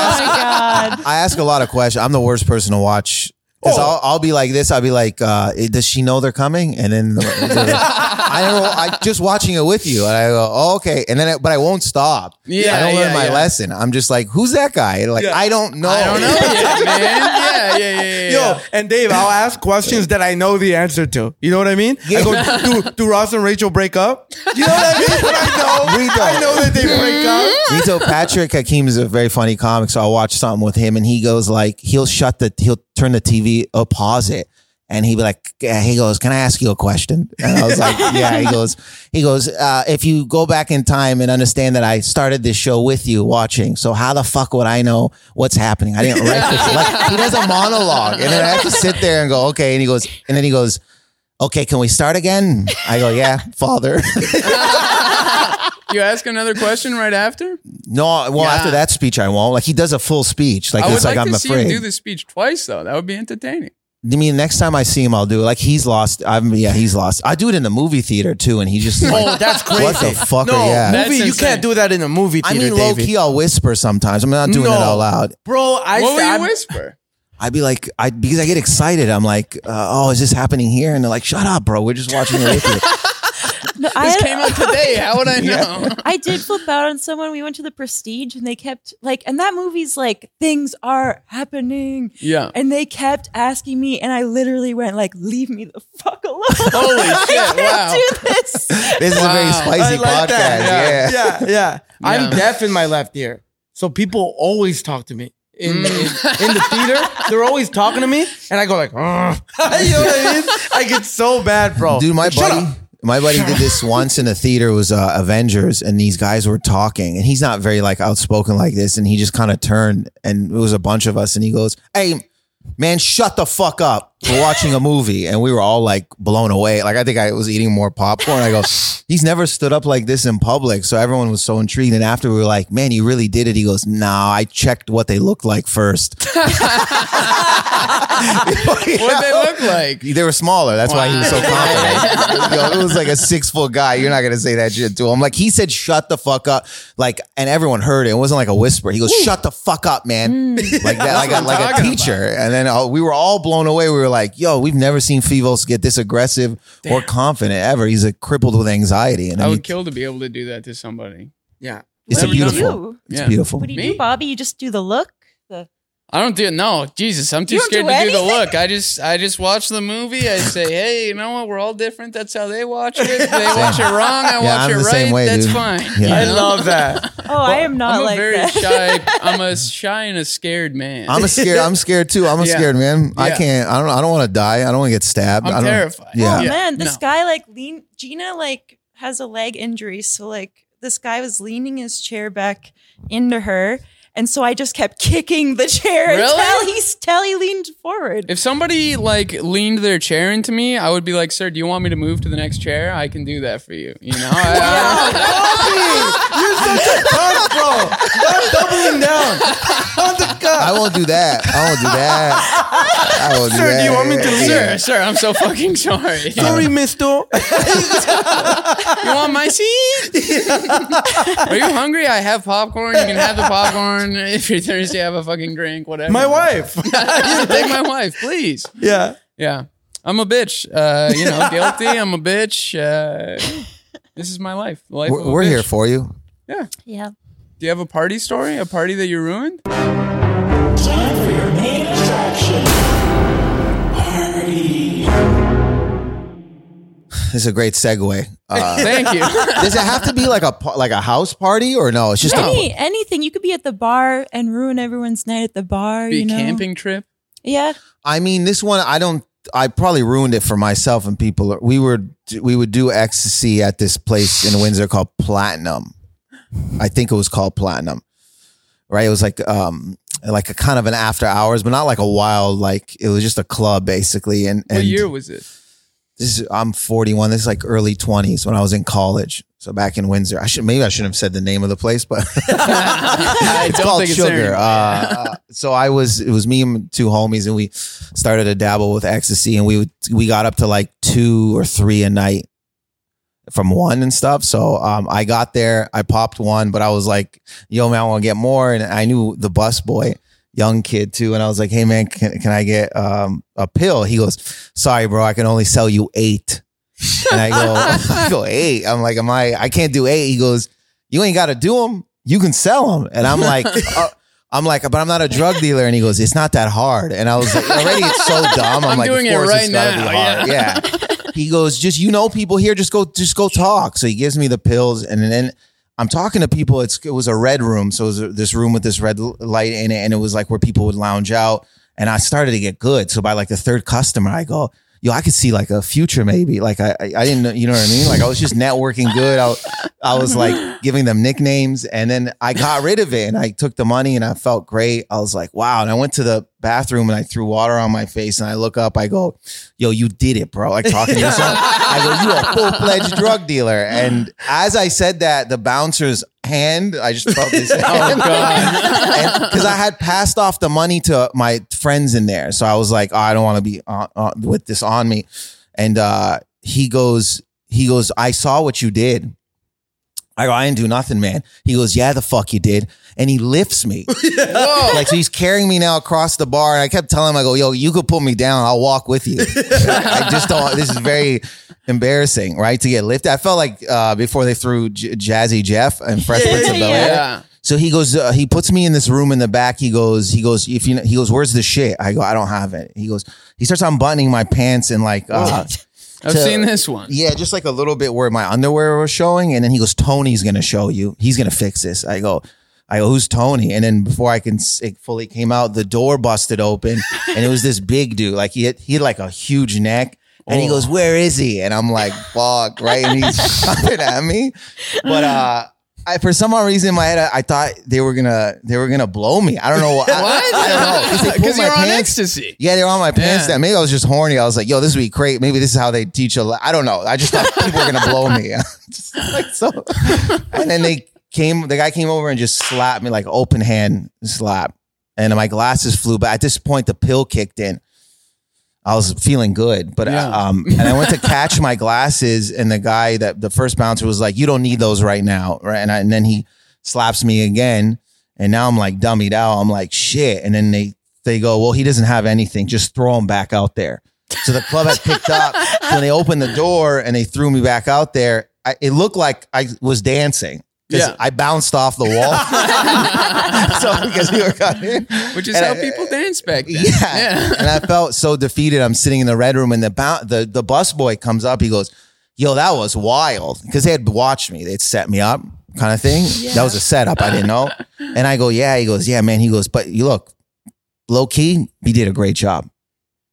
[SPEAKER 2] my
[SPEAKER 3] ask,
[SPEAKER 1] (laughs)
[SPEAKER 2] god.
[SPEAKER 3] I ask a lot of questions. I'm the worst person to watch. Because
[SPEAKER 4] Oh.
[SPEAKER 3] I'll, I'll be like this. I'll be like, uh, does she know they're coming? And then the,
[SPEAKER 1] (laughs)
[SPEAKER 3] I don't know. I just watching it with you, and I go, oh, okay. And then, I, but I won't stop.
[SPEAKER 1] Yeah,
[SPEAKER 3] I don't
[SPEAKER 1] yeah,
[SPEAKER 3] learn my
[SPEAKER 1] yeah.
[SPEAKER 3] lesson. I'm just like, who's that guy? Like, I don't know.
[SPEAKER 1] I don't know
[SPEAKER 3] (laughs)
[SPEAKER 1] yet, man. Yeah, yeah, yeah, yeah. yeah.
[SPEAKER 4] Yo, and Dave, I'll ask questions that I know the answer to. You know what I mean? I go, do, do Ross and Rachel break up? You know what I mean? But I know,
[SPEAKER 3] We don't.
[SPEAKER 4] I know that they break up.
[SPEAKER 3] Vito Patrick Hakim is a very funny comic, so I watched something with him, and he goes like, he'll shut the, he'll turn the TV, oh, pause it, and he'd be like, yeah, he goes, "Can I ask you a question?" And I was like, "Yeah." He goes, he goes, uh, "If you go back in time and understand that I started this show with you watching, so how the fuck would I know what's happening? I didn't write this." Like, he does a monologue, and then I have to sit there and go, "Okay," and he goes, and then he goes. Okay, can we start again? I go, yeah, father. (laughs)
[SPEAKER 1] You ask another question right after.
[SPEAKER 3] No, well,
[SPEAKER 1] Yeah.
[SPEAKER 3] after that speech, I won't. Like he does a full speech. Like
[SPEAKER 1] I would
[SPEAKER 3] it's like,
[SPEAKER 1] like
[SPEAKER 3] I'm
[SPEAKER 1] to see him
[SPEAKER 3] afraid.
[SPEAKER 1] do this speech twice, though. That would be entertaining.
[SPEAKER 3] I mean, next time I see him, I'll do it. Like he's lost. I'm yeah, he's lost. I do it in the movie theater too, and he just
[SPEAKER 4] Oh,
[SPEAKER 3] like,
[SPEAKER 4] that's
[SPEAKER 3] (laughs)
[SPEAKER 4] crazy.
[SPEAKER 3] what the fuck?
[SPEAKER 4] No,
[SPEAKER 3] yeah.
[SPEAKER 1] That's
[SPEAKER 4] movie, you
[SPEAKER 1] insane.
[SPEAKER 4] can't do that in a movie
[SPEAKER 3] I
[SPEAKER 4] theater,
[SPEAKER 3] mean, low
[SPEAKER 4] David.
[SPEAKER 3] key, I'll whisper sometimes. I'm not doing
[SPEAKER 4] No.
[SPEAKER 3] it out loud.
[SPEAKER 4] Bro, I
[SPEAKER 1] what
[SPEAKER 4] I-
[SPEAKER 1] will you whisper?
[SPEAKER 3] I'd be like, I because I get excited. I'm like, uh, oh, is this happening here? And they're like, shut up, bro. We're just watching it with you.
[SPEAKER 2] No, I- (laughs)
[SPEAKER 1] This came out today. How would I know?
[SPEAKER 2] I did flip out on someone. We went to the Prestige and they kept like, and that movie's like, things are happening. (laughs)
[SPEAKER 1] Yeah.
[SPEAKER 2] And they kept asking me, and I literally went like, "Leave me the fuck alone!
[SPEAKER 1] Holy
[SPEAKER 2] (laughs) I
[SPEAKER 1] shit,
[SPEAKER 2] can't
[SPEAKER 1] wow.
[SPEAKER 2] do this."
[SPEAKER 3] This is a very
[SPEAKER 1] Wow.
[SPEAKER 3] spicy
[SPEAKER 4] I like
[SPEAKER 3] podcast.
[SPEAKER 4] that.
[SPEAKER 3] Yeah.
[SPEAKER 4] yeah, yeah. I'm
[SPEAKER 1] Yeah.
[SPEAKER 4] deaf in my left ear, so people always talk to me in in, in the theater. They're always talking to me, and I go like, "Ugh." (laughs) you know what I mean? I get so bad, bro.
[SPEAKER 3] Dude, my
[SPEAKER 4] Oh, Shut
[SPEAKER 3] buddy,
[SPEAKER 4] up.
[SPEAKER 3] my buddy did this once in the theater. It Was uh, Avengers, and these guys were talking, and he's not very like outspoken like this, and he just kind of turned, and it was a bunch of us, and he goes, "Hey, man, shut the fuck up! We're watching a movie," and we were all like blown away. Like I think I was eating more popcorn. I go, "He's never stood up like this in public," so everyone was so intrigued. And after we were like, "Man, you really did it," he goes, "Nah, I checked what they looked like first. (laughs)
[SPEAKER 1] (laughs) What they
[SPEAKER 3] (laughs)
[SPEAKER 1] look like?
[SPEAKER 3] They were smaller. That's why he was so
[SPEAKER 1] Wow.
[SPEAKER 3] confident. Yo, it was like a six foot guy. You're not gonna say that shit to him. Like he said, "Shut the fuck up!" Like, and everyone heard it. It wasn't like a whisper. He goes, "Shut the fuck
[SPEAKER 2] (laughs)
[SPEAKER 3] up, man!" Like that, like
[SPEAKER 4] what
[SPEAKER 3] a,
[SPEAKER 4] I'm
[SPEAKER 3] like a
[SPEAKER 4] talking
[SPEAKER 3] teacher. And then uh, we were all blown away. We were like, "Yo, we've never seen Fevos get this aggressive or confident ever. He's like, crippled with anxiety." And
[SPEAKER 1] I
[SPEAKER 3] I mean,
[SPEAKER 1] would kill to be able to do that to somebody.
[SPEAKER 4] Yeah.
[SPEAKER 3] it's
[SPEAKER 1] What do you
[SPEAKER 3] beautiful.
[SPEAKER 2] do?
[SPEAKER 3] It's
[SPEAKER 1] Yeah.
[SPEAKER 3] beautiful.
[SPEAKER 2] What do you
[SPEAKER 1] Me?
[SPEAKER 2] do, Bobby? You just do the look. The
[SPEAKER 1] I don't do no, Jesus, I'm too
[SPEAKER 2] You don't
[SPEAKER 1] scared
[SPEAKER 2] do
[SPEAKER 1] to do the
[SPEAKER 2] anything?
[SPEAKER 1] look. I just I just watch the movie. I
[SPEAKER 3] (laughs)
[SPEAKER 1] say, hey, you know what? We're all different. That's how they watch it. They watch it wrong. I
[SPEAKER 3] Yeah,
[SPEAKER 1] watch
[SPEAKER 3] I'm
[SPEAKER 1] it
[SPEAKER 3] the
[SPEAKER 1] right.
[SPEAKER 3] same way,
[SPEAKER 1] That's
[SPEAKER 3] dude.
[SPEAKER 1] fine.
[SPEAKER 3] Yeah.
[SPEAKER 4] I
[SPEAKER 1] You know?
[SPEAKER 4] love that.
[SPEAKER 2] oh, I am not
[SPEAKER 1] I'm a
[SPEAKER 2] like
[SPEAKER 1] very
[SPEAKER 2] that. (laughs)
[SPEAKER 1] shy. I'm a shy and a scared man. (laughs)
[SPEAKER 3] I'm a scared. I'm scared too. I'm a
[SPEAKER 1] Yeah.
[SPEAKER 3] scared man. I
[SPEAKER 1] Yeah.
[SPEAKER 3] can't. I don't. I don't want to die. I don't want to get stabbed.
[SPEAKER 1] I'm
[SPEAKER 3] I don't,
[SPEAKER 1] terrified.
[SPEAKER 3] Yeah.
[SPEAKER 2] Oh man, this
[SPEAKER 1] No.
[SPEAKER 2] guy like lean Gina like has a leg injury, so like this guy was leaning his chair back into her, and so I just kept kicking the chair (laughs)
[SPEAKER 1] Really?
[SPEAKER 2] until he till he leaned forward.
[SPEAKER 1] If somebody like leaned their chair into me, I would be like, "Sir, do you want me to move to the next chair? I can do that for you." You know, I,
[SPEAKER 4] You're such a cunt, bro. Stop doubling down. On the cup.
[SPEAKER 3] I won't do that. I won't do that. I won't do
[SPEAKER 4] Sir,
[SPEAKER 3] that.
[SPEAKER 4] do you want me to
[SPEAKER 1] I-
[SPEAKER 4] leave?
[SPEAKER 1] (laughs) sir, sir, I'm so fucking sorry. you
[SPEAKER 4] Sorry, mister.
[SPEAKER 1] want my seat? Are you hungry? I have popcorn. You can have the popcorn. (laughs) If you're thirsty, have a fucking drink. Whatever.
[SPEAKER 4] My (laughs) wife.
[SPEAKER 1] (laughs) Take my wife, please.
[SPEAKER 4] yeah.
[SPEAKER 1] Yeah, I'm a bitch. Uh, you know, guilty. I'm a bitch. Uh, this is my life. The life
[SPEAKER 3] We're,
[SPEAKER 1] of a
[SPEAKER 3] we're
[SPEAKER 1] bitch.
[SPEAKER 3] here for you.
[SPEAKER 1] Yeah.
[SPEAKER 2] yeah.
[SPEAKER 1] Do you have a party story? A party that you
[SPEAKER 3] (laughs)
[SPEAKER 1] ruined?
[SPEAKER 5] Time for your main attraction. Party.
[SPEAKER 3] This is a great segue.
[SPEAKER 1] (laughs)
[SPEAKER 3] Uh,
[SPEAKER 1] Thank
[SPEAKER 3] (laughs)
[SPEAKER 1] you.
[SPEAKER 3] does it have to be like a pa- like a house party or no? It's just a,
[SPEAKER 2] Any, anything you could be at the bar and ruin everyone's night at the bar.
[SPEAKER 1] be
[SPEAKER 2] you
[SPEAKER 1] a
[SPEAKER 2] know,
[SPEAKER 1] camping trip.
[SPEAKER 2] Yeah,
[SPEAKER 3] I mean, this one I don't. I probably ruined it for myself and people. We were we would do ecstasy at this place in Windsor called Platinum. I think it was called Platinum, right? It was like um like a kind of an after hours, but not like a wild like it was just a club basically. And
[SPEAKER 1] What
[SPEAKER 3] and
[SPEAKER 1] year was it?
[SPEAKER 3] this is I'm 41. This is like early 20s when I was in college. So back in Windsor, I should maybe I shouldn't have said the name of the place, but (laughs)
[SPEAKER 1] I
[SPEAKER 3] it's called sugar. Uh, so I was, it was me and two homies, and we started to dabble with ecstasy, and we would, we got up to like two or three a night from one and stuff. So um, I got there, I popped one, but I was like, "Yo, man, I want to get more," and I knew the bus boy. Young kid too, and I was like, "Hey man, can, can I get um, a pill?" He goes, "Sorry, bro, I can only sell you eight. And
[SPEAKER 1] (laughs)
[SPEAKER 3] I go, (laughs) I go eight. I'm like, am I? I can't do eight. He goes, you ain't got to do them. You can sell them. And
[SPEAKER 1] (laughs)
[SPEAKER 3] I'm like, uh, I'm like, but I'm not a drug dealer. And he goes, it's not that hard. And I was like, already
[SPEAKER 1] (laughs)
[SPEAKER 3] it's so dumb. I'm,
[SPEAKER 1] I'm
[SPEAKER 3] like,
[SPEAKER 1] doing
[SPEAKER 3] of
[SPEAKER 1] it
[SPEAKER 3] course
[SPEAKER 1] right
[SPEAKER 3] it's gotta
[SPEAKER 1] now,
[SPEAKER 3] be hard. Yeah.
[SPEAKER 1] (laughs)
[SPEAKER 3] He goes, just you know people here. Just go, just go talk. So he gives me the pills, and then I'm talking to people. It's it was a red room, so it was this room with this red l- light in it, and it was like where people would lounge out. And I started to get good. So by like the third customer, I go, yo, I could see like a future maybe. Like I, I, I didn't know, you know what I mean? Like I was just networking good. I, I was like giving them nicknames, and then I got rid of it, and I took the money, and I felt great. I was like, wow. And I went to the bathroom, and I threw water on my face, and I look up, I go, yo, you did it, bro. Like talking to yourself. I go, you a full fledged drug dealer. And as I said that, the bouncer's hand, I just felt this. (laughs) hand. Because I had passed off the money to my friends in there. So I was like, oh, I don't want to be on, on, with this on me. And uh, he goes, he goes, I saw what you did. I go, I didn't do nothing, man. He goes, yeah, the fuck you did. And he lifts me. Like, so he's carrying me now across the bar. And I kept telling him, I go, yo, you could put me down. I'll walk with you. I just don't, this is very embarrassing, right? To get lifted. I felt like uh, before they threw J- Jazzy Jeff and Fresh Prince of
[SPEAKER 2] yeah,
[SPEAKER 3] Bel Air.
[SPEAKER 1] Yeah.
[SPEAKER 3] So he goes, uh, he puts me in this room in the back. He goes, he goes, if you, know, he goes, where's the shit? I go, I don't have it. He goes, he starts unbuttoning my pants and like, uh,
[SPEAKER 1] I've
[SPEAKER 3] to-
[SPEAKER 1] seen this one.
[SPEAKER 3] yeah, just like a little bit where my underwear was showing. And then he goes, Tony's going to show you. He's going to fix this. I go, I go, who's Tony? And then before I can, s- it fully came out, the door busted open and it
[SPEAKER 1] (laughs)
[SPEAKER 3] was this big dude. Like he had, he had like a huge neck. And
[SPEAKER 1] Oh.
[SPEAKER 3] he goes, where is he? And I'm like, fuck, right? And he's (laughs) stomping at me. But, uh, I, for some odd reason in my head, I, I thought they were gonna they were gonna blow me. I don't know
[SPEAKER 1] (laughs)
[SPEAKER 3] what.
[SPEAKER 1] What?
[SPEAKER 3] I,
[SPEAKER 1] (laughs)
[SPEAKER 3] don't know. 'Cause they pulled
[SPEAKER 1] Because
[SPEAKER 3] my
[SPEAKER 1] you're on
[SPEAKER 3] pants- (laughs)
[SPEAKER 1] ecstasy.
[SPEAKER 3] yeah, they were on my pants.
[SPEAKER 1] Yeah.
[SPEAKER 3] That maybe I was just horny. I was like, "Yo, this would be great. Maybe this is how they teach a." le- I don't know. I just thought people were gonna blow me. (laughs) Just like so, and then they came. The guy came over and just slapped me like open hand slap, and my glasses flew. But at this point, the pill kicked in. I was feeling good, but
[SPEAKER 1] Yeah.
[SPEAKER 3] uh, um, and I went to catch my glasses, and the guy that the first bouncer was like, "You don't need those right now," right? And, I, and then he slaps me again, and now I'm like dummied out. I'm like shit, and then they they go, "Well, he doesn't have anything. Just throw him back out there." So the club had picked up, so they opened the door and they threw me back out there. I, it looked like I was dancing. 'Cause
[SPEAKER 1] Yeah.
[SPEAKER 3] I bounced off the
[SPEAKER 1] (laughs)
[SPEAKER 3] wall. (laughs) so because we were cut in,
[SPEAKER 1] Which is
[SPEAKER 3] And
[SPEAKER 1] how
[SPEAKER 3] I-
[SPEAKER 1] people dance back then.
[SPEAKER 3] yeah. (laughs) and I felt so defeated. I'm sitting in the red room and the bou- the, the bus boy comes up. He goes, Yo, that was wild. Because they had watched me. They'd set me up kind of thing. That was a setup. I didn't know. And I go, Yeah. He goes, Yeah, man. He goes, But you look, low key, you did a great job.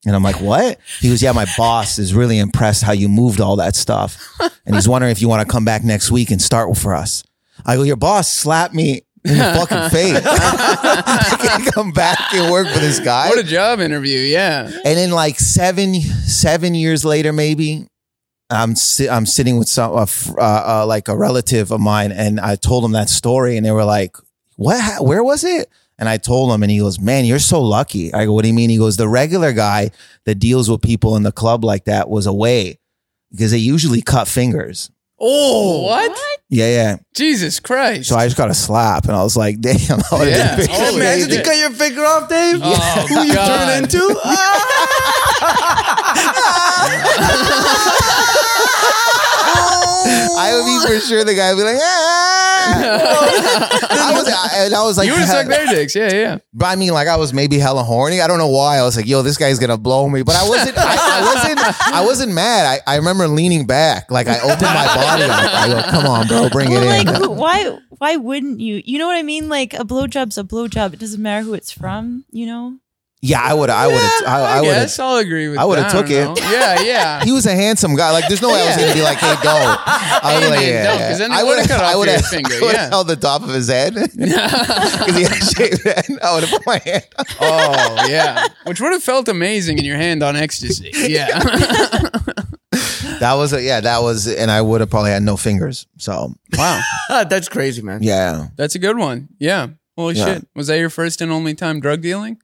[SPEAKER 3] And I'm like, What? He goes, Yeah, my boss is really impressed how you moved all that stuff. And he's wondering if you want to come back next week and start for us. I go, Your boss slapped me. In the fucking face. (laughs) I can't come back and work for this guy
[SPEAKER 1] What a job interview. Yeah.
[SPEAKER 3] and then like seven seven years later maybe i'm si- i'm sitting with some uh, f- uh, uh, like a relative of mine and i told him that story and they were like what Ha- where was it and i told him and he goes man you're so lucky i go what do you mean he goes the regular guy that deals with people in the club like that was away because they usually cut fingers
[SPEAKER 1] Oh, what?
[SPEAKER 3] yeah yeah
[SPEAKER 1] Jesus Christ.
[SPEAKER 3] so i just got a slap and i was like damn I would've
[SPEAKER 1] Yeah.
[SPEAKER 4] Oh,
[SPEAKER 1] Oh,
[SPEAKER 3] been-
[SPEAKER 1] Holy
[SPEAKER 4] Imagine
[SPEAKER 1] shit.
[SPEAKER 4] to cut your finger off, Dave.
[SPEAKER 1] Oh,
[SPEAKER 4] Who you
[SPEAKER 1] God.
[SPEAKER 4] turn
[SPEAKER 1] (laughs)
[SPEAKER 4] (laughs) into?
[SPEAKER 3] I would be for sure the guy would be like, ah. I was, I, and I was like,
[SPEAKER 1] you would have
[SPEAKER 3] hell-
[SPEAKER 1] sucked their dicks. Yeah, yeah.
[SPEAKER 3] but I mean, like I was maybe hella horny. I don't know why. I was like, yo, this guy's gonna blow me. But I wasn't. I, I wasn't. I wasn't mad. I, I remember leaning back, like I opened my body up. I go, come on, bro, bring
[SPEAKER 2] Well,
[SPEAKER 3] it
[SPEAKER 2] like,
[SPEAKER 3] in.
[SPEAKER 2] who- why? Why wouldn't you? You know what I mean? Like, a blowjob's a blowjob. It doesn't matter who it's from. You know.
[SPEAKER 3] yeah, I would. I would. have I, I would. have
[SPEAKER 1] guess I'll agree with
[SPEAKER 3] I would've
[SPEAKER 1] that.
[SPEAKER 3] took
[SPEAKER 1] don't
[SPEAKER 3] it.
[SPEAKER 1] know. Yeah, yeah.
[SPEAKER 3] (laughs) He was a handsome guy. Like, there's no way I was gonna be like, hey, go. I was
[SPEAKER 1] Hey,
[SPEAKER 3] like,
[SPEAKER 1] man,
[SPEAKER 3] yeah.
[SPEAKER 1] go, 'cause then they
[SPEAKER 3] I
[SPEAKER 1] would've
[SPEAKER 3] would've-
[SPEAKER 1] cut off
[SPEAKER 3] I would've-
[SPEAKER 1] your finger,
[SPEAKER 3] I would've
[SPEAKER 1] yeah.
[SPEAKER 3] held the top of his head (laughs) because he had a shaved head. I would have put my hand. on
[SPEAKER 1] oh, yeah. Which would have felt amazing in your hand on ecstasy. Yeah.
[SPEAKER 3] (laughs)
[SPEAKER 1] (laughs)
[SPEAKER 3] That was a, yeah, that was, and I would have probably had no fingers. So
[SPEAKER 1] wow.
[SPEAKER 4] That's crazy, man.
[SPEAKER 3] yeah,
[SPEAKER 1] That's a good one. Yeah. Holy
[SPEAKER 3] Yeah.
[SPEAKER 1] shit. Was that your first and only time drug
[SPEAKER 3] (laughs)
[SPEAKER 1] dealing?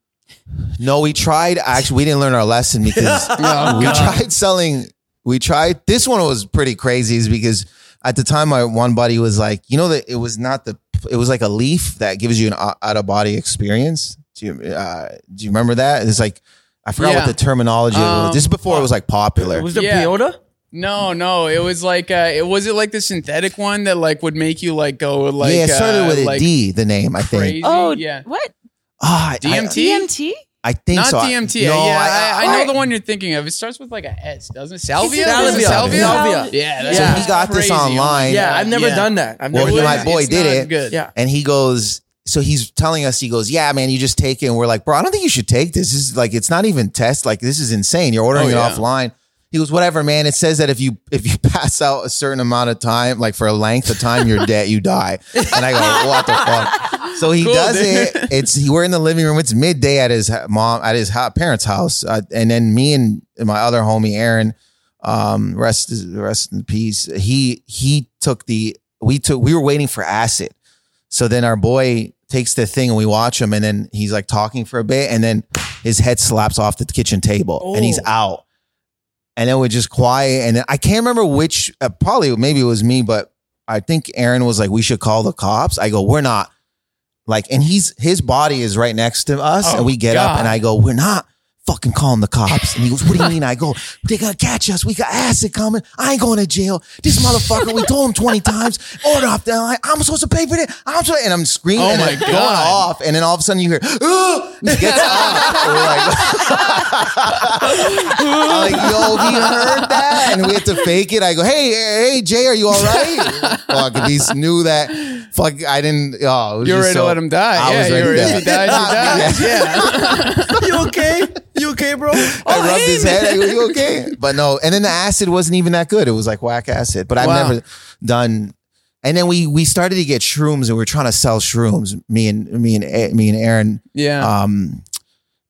[SPEAKER 3] no, we tried. Actually, we didn't learn our lesson because
[SPEAKER 1] (laughs)
[SPEAKER 4] Oh,
[SPEAKER 3] we tried selling. We tried. This one was pretty crazy, is because at the time, my one buddy was like, you know, that it was not the, it was like a leaf that gives you an out of body experience. Do you uh, do you remember that? It's like I forgot
[SPEAKER 1] Yeah.
[SPEAKER 3] what the terminology
[SPEAKER 1] Um,
[SPEAKER 3] was. This is before it was like popular.
[SPEAKER 4] Was the
[SPEAKER 1] Yeah.
[SPEAKER 4] peota?
[SPEAKER 1] No, no. It was like uh it was it like the synthetic one that like would make you like go like
[SPEAKER 3] yeah, it started
[SPEAKER 1] uh,
[SPEAKER 3] with a D.
[SPEAKER 1] like
[SPEAKER 3] The name I think.
[SPEAKER 1] Crazy.
[SPEAKER 2] Oh,
[SPEAKER 1] yeah.
[SPEAKER 2] what?
[SPEAKER 3] Ah, I-
[SPEAKER 1] DMT?
[SPEAKER 2] DMT?
[SPEAKER 3] I, I think
[SPEAKER 1] Not
[SPEAKER 3] so. I-
[SPEAKER 1] DMT.
[SPEAKER 3] no,
[SPEAKER 1] yeah, I, I,
[SPEAKER 2] I-
[SPEAKER 1] know the one you're thinking of. It starts with like a S, doesn't it? Salvia.
[SPEAKER 4] Salvia.
[SPEAKER 1] Is it Salvia.
[SPEAKER 4] Salvia.
[SPEAKER 1] Yeah.
[SPEAKER 4] So
[SPEAKER 1] sounds
[SPEAKER 3] he got this
[SPEAKER 1] crazy.
[SPEAKER 3] online.
[SPEAKER 4] Yeah, I've never
[SPEAKER 1] Yeah.
[SPEAKER 4] done that. I've
[SPEAKER 3] Well,
[SPEAKER 4] never
[SPEAKER 3] he
[SPEAKER 4] done
[SPEAKER 3] my
[SPEAKER 4] that.
[SPEAKER 3] boy
[SPEAKER 1] It's
[SPEAKER 3] did
[SPEAKER 1] not
[SPEAKER 3] it.
[SPEAKER 1] Good.
[SPEAKER 3] (laughs)
[SPEAKER 4] Yeah.
[SPEAKER 3] And he goes, so he's telling us, he goes, yeah, man, you just take it. And we're like, bro, I don't think you should take this. This is like, it's not even test. Like, this is insane. You're ordering
[SPEAKER 1] Oh, yeah.
[SPEAKER 3] it offline. He goes, whatever, man. It says that if you if you (laughs) pass out a certain amount of time, like for a length of time, you're dead, you die. And I
[SPEAKER 1] (laughs)
[SPEAKER 3] go, what the fuck? So he
[SPEAKER 1] Cool,
[SPEAKER 3] does
[SPEAKER 1] dude.
[SPEAKER 3] it. It's we're in the living room. It's midday at his ha- mom at his ha- parents' house, uh, and then me and my other homie Aaron, um, rest rest in peace. He he took the we took we were waiting for acid. So then our boy takes the thing and we watch him, and then he's like talking for a bit, and then his head slaps off the kitchen table and he's
[SPEAKER 4] Oh.
[SPEAKER 3] out. And then we're just quiet. And then I can't remember which, uh, probably maybe it was me, but I think Aaron was like, we should call the cops. I go, we're not. Like, and he's his body is right next to us,
[SPEAKER 1] Oh,
[SPEAKER 3] and we get
[SPEAKER 1] God.
[SPEAKER 3] up, and I go, we're not fucking calling the cops. And he goes, what do you mean? I go, they gonna catch us. We got acid coming. I ain't going to jail. This motherfucker, we told him twenty times. Order off the line. I'm supposed to pay for this. I'm supposed, and I'm screaming,
[SPEAKER 1] Oh
[SPEAKER 3] and
[SPEAKER 1] my
[SPEAKER 3] I'm
[SPEAKER 1] God.
[SPEAKER 3] going off, and then all of a sudden you hear, ooh, it gets off. And we're like, (laughs) I'm like, yo, we heard that, and we have to fake it. I go, hey, hey, Jay, are you all right? Fuck, if he knew that. Fuck, I didn't. Oh, it was
[SPEAKER 1] You're
[SPEAKER 3] just
[SPEAKER 1] ready
[SPEAKER 3] so-
[SPEAKER 1] to let him die.
[SPEAKER 3] I
[SPEAKER 1] yeah,
[SPEAKER 3] was
[SPEAKER 1] you're
[SPEAKER 3] ready to
[SPEAKER 1] If he
[SPEAKER 3] (laughs)
[SPEAKER 1] dies, he dies. yeah.
[SPEAKER 4] (laughs) you okay? You okay, bro?
[SPEAKER 3] I
[SPEAKER 1] Oh,
[SPEAKER 3] rubbed his head. I go, you okay? But no, and then the acid wasn't even that good. It was like whack acid. But I've
[SPEAKER 1] Wow.
[SPEAKER 3] never done. And then we we started to get shrooms, and we were trying to sell shrooms. Me and me and A- me and Aaron.
[SPEAKER 1] Yeah.
[SPEAKER 3] Um,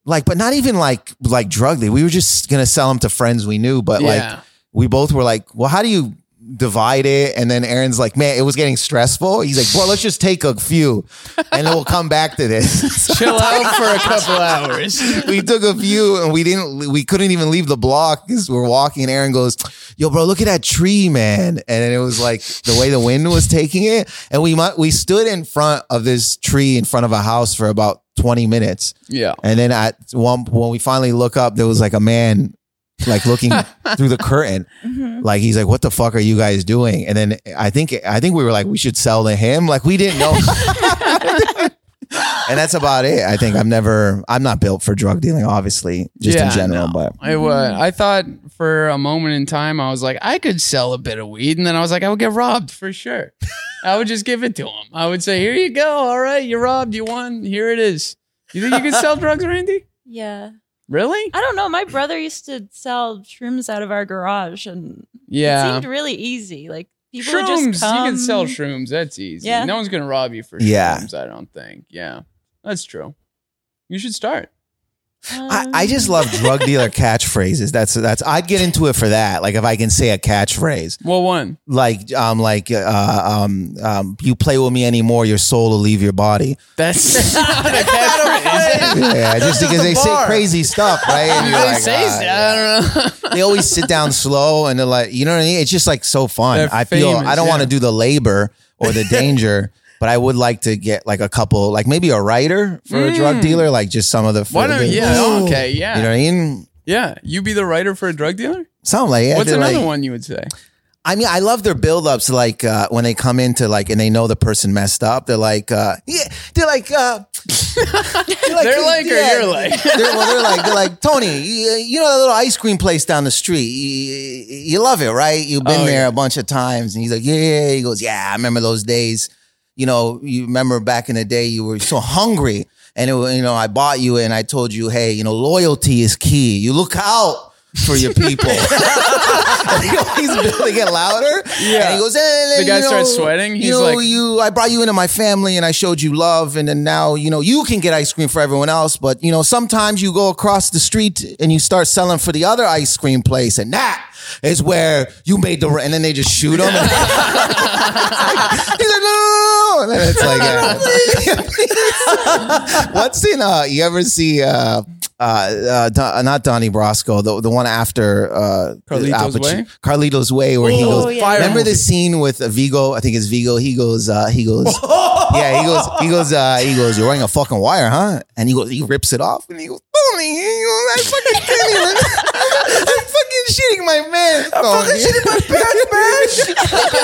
[SPEAKER 3] like, but not even like like drug. deal. We were just gonna sell them to friends we knew. But like,
[SPEAKER 1] yeah.
[SPEAKER 3] we both were like, well, how do you divide it? And then Aaron's like, man, it was getting stressful. He's like, well, let's just take a few and then we'll come back to this.
[SPEAKER 1] Chill out for a couple hours.
[SPEAKER 3] we took a few and we didn't, we couldn't even leave the block because we're walking. And Aaron goes, yo, bro, look at that tree, man. And then it was like the way the wind was taking it. And we, mu- we stood in front of this tree in front of a house for about 20 minutes.
[SPEAKER 1] Yeah.
[SPEAKER 3] And then at one, when we finally look up, there was like a man, like looking through the curtain. Like he's like, "What the fuck are you guys doing?" And then I think I think we were like, "We should sell to him." Like we didn't know. and that's about it. I think I've never. I'm not built for drug dealing, obviously, just in
[SPEAKER 1] Yeah,
[SPEAKER 3] general. But
[SPEAKER 1] I was.
[SPEAKER 3] Mm-hmm.
[SPEAKER 1] I thought for a moment in time, I was like, I could sell a bit of weed, and then I was like, I would get robbed for sure. I would just give it to him. I would say, Here you go. All right, you robbed. You won. Here it is. You think you could sell drugs, Randy?
[SPEAKER 2] Yeah.
[SPEAKER 1] Really?
[SPEAKER 2] I don't know. My brother used to sell shrooms out of our garage, and it
[SPEAKER 1] Yeah.
[SPEAKER 2] seemed really easy. Like people would
[SPEAKER 1] Shrooms. You
[SPEAKER 2] just come.
[SPEAKER 1] can sell shrooms. That's easy.
[SPEAKER 2] Yeah.
[SPEAKER 1] No one's gonna rob you for
[SPEAKER 3] Yeah.
[SPEAKER 1] shrooms. I don't think. Yeah, that's true. You should start.
[SPEAKER 3] I,
[SPEAKER 2] Um,
[SPEAKER 3] I just love drug dealer catchphrases. That's that's. I'd get into it for that. Like if I can say a catchphrase.
[SPEAKER 1] Well, one.
[SPEAKER 3] like um like uh, um um you play with me anymore your soul will leave your body
[SPEAKER 1] (laughs)
[SPEAKER 3] (laughs)
[SPEAKER 1] That's not a
[SPEAKER 4] Out of
[SPEAKER 1] catchphrase.
[SPEAKER 4] place.
[SPEAKER 3] yeah
[SPEAKER 4] That's
[SPEAKER 3] just
[SPEAKER 4] just
[SPEAKER 3] because
[SPEAKER 4] a
[SPEAKER 3] they say
[SPEAKER 4] bar.
[SPEAKER 3] crazy stuff right and
[SPEAKER 1] They
[SPEAKER 3] you're like,
[SPEAKER 1] say
[SPEAKER 3] ah,
[SPEAKER 1] so-
[SPEAKER 3] yeah.
[SPEAKER 1] I don't know.
[SPEAKER 3] they always sit down slow and they're like you know what i mean it's just like so fun
[SPEAKER 1] They're
[SPEAKER 3] i feel
[SPEAKER 1] famous,
[SPEAKER 3] i don't want
[SPEAKER 1] yeah.
[SPEAKER 3] to do the labor or
[SPEAKER 1] (laughs)
[SPEAKER 3] the danger but i would like to get like a couple like maybe a writer for a drug
[SPEAKER 1] Mm.
[SPEAKER 3] dealer like just some of the
[SPEAKER 1] Why
[SPEAKER 3] for the-
[SPEAKER 1] don't yeah,
[SPEAKER 3] Ooh.
[SPEAKER 1] okay, yeah.
[SPEAKER 3] you know what i mean
[SPEAKER 1] yeah. You be the writer for a drug dealer?
[SPEAKER 3] Something like that.
[SPEAKER 1] What's
[SPEAKER 3] They're
[SPEAKER 1] another
[SPEAKER 3] like-
[SPEAKER 1] one you would say?
[SPEAKER 3] I mean, I love their buildups. Like uh, when they come into like, and they know the person messed up. They're like, uh, yeah, they're like, uh, (laughs) they're like,
[SPEAKER 1] They're like or
[SPEAKER 3] yeah.
[SPEAKER 1] you're like?
[SPEAKER 3] They're, well, they're like, they're like Tony. You, you know that little ice cream place down the street. You, you love it, right? You've been
[SPEAKER 1] Oh,
[SPEAKER 3] there
[SPEAKER 1] yeah.
[SPEAKER 3] a bunch of times. And he's like, yeah, yeah. yeah." He goes, yeah, I remember those days. You know, you remember back in the day, you were so hungry, and it, wa- you know, I bought you, and I told you, hey, you know, loyalty is key. You look out for
[SPEAKER 1] (laughs)
[SPEAKER 3] your people. (laughs) he's building it louder.
[SPEAKER 1] Yeah.
[SPEAKER 3] And he goes, eh, eh,
[SPEAKER 1] The guy
[SPEAKER 3] you know,
[SPEAKER 1] starts sweating. He's
[SPEAKER 3] you know,
[SPEAKER 1] like-
[SPEAKER 3] you, I brought you into my family and I showed you love. And then now, you know, you can get ice cream for everyone else. But, you know, sometimes you go across the street and you start selling for the other ice cream place. And that is where you made the, and then they just shoot
[SPEAKER 1] (laughs)
[SPEAKER 3] him. he's like, no. And then it's like, yeah. what's in, uh, (laughs) you ever see, uh, uh, uh, Don, uh, not Donnie Brasco, the the one after uh,
[SPEAKER 1] Carlito's
[SPEAKER 3] Al Pacino-
[SPEAKER 1] Way?
[SPEAKER 3] Carlito's Way, where he
[SPEAKER 4] Oh,
[SPEAKER 3] goes.
[SPEAKER 4] yeah.
[SPEAKER 3] Remember the scene with Vigo? I think it's Vigo. He goes. Uh, he goes. yeah, he goes. He goes. Uh, he goes. You're wearing a fucking wire, huh? And he goes. He rips it off, and he goes. Tony, he goes, I fucking can't even. (laughs) I'm fucking shitting my pants. I'm fucking shitting my pants,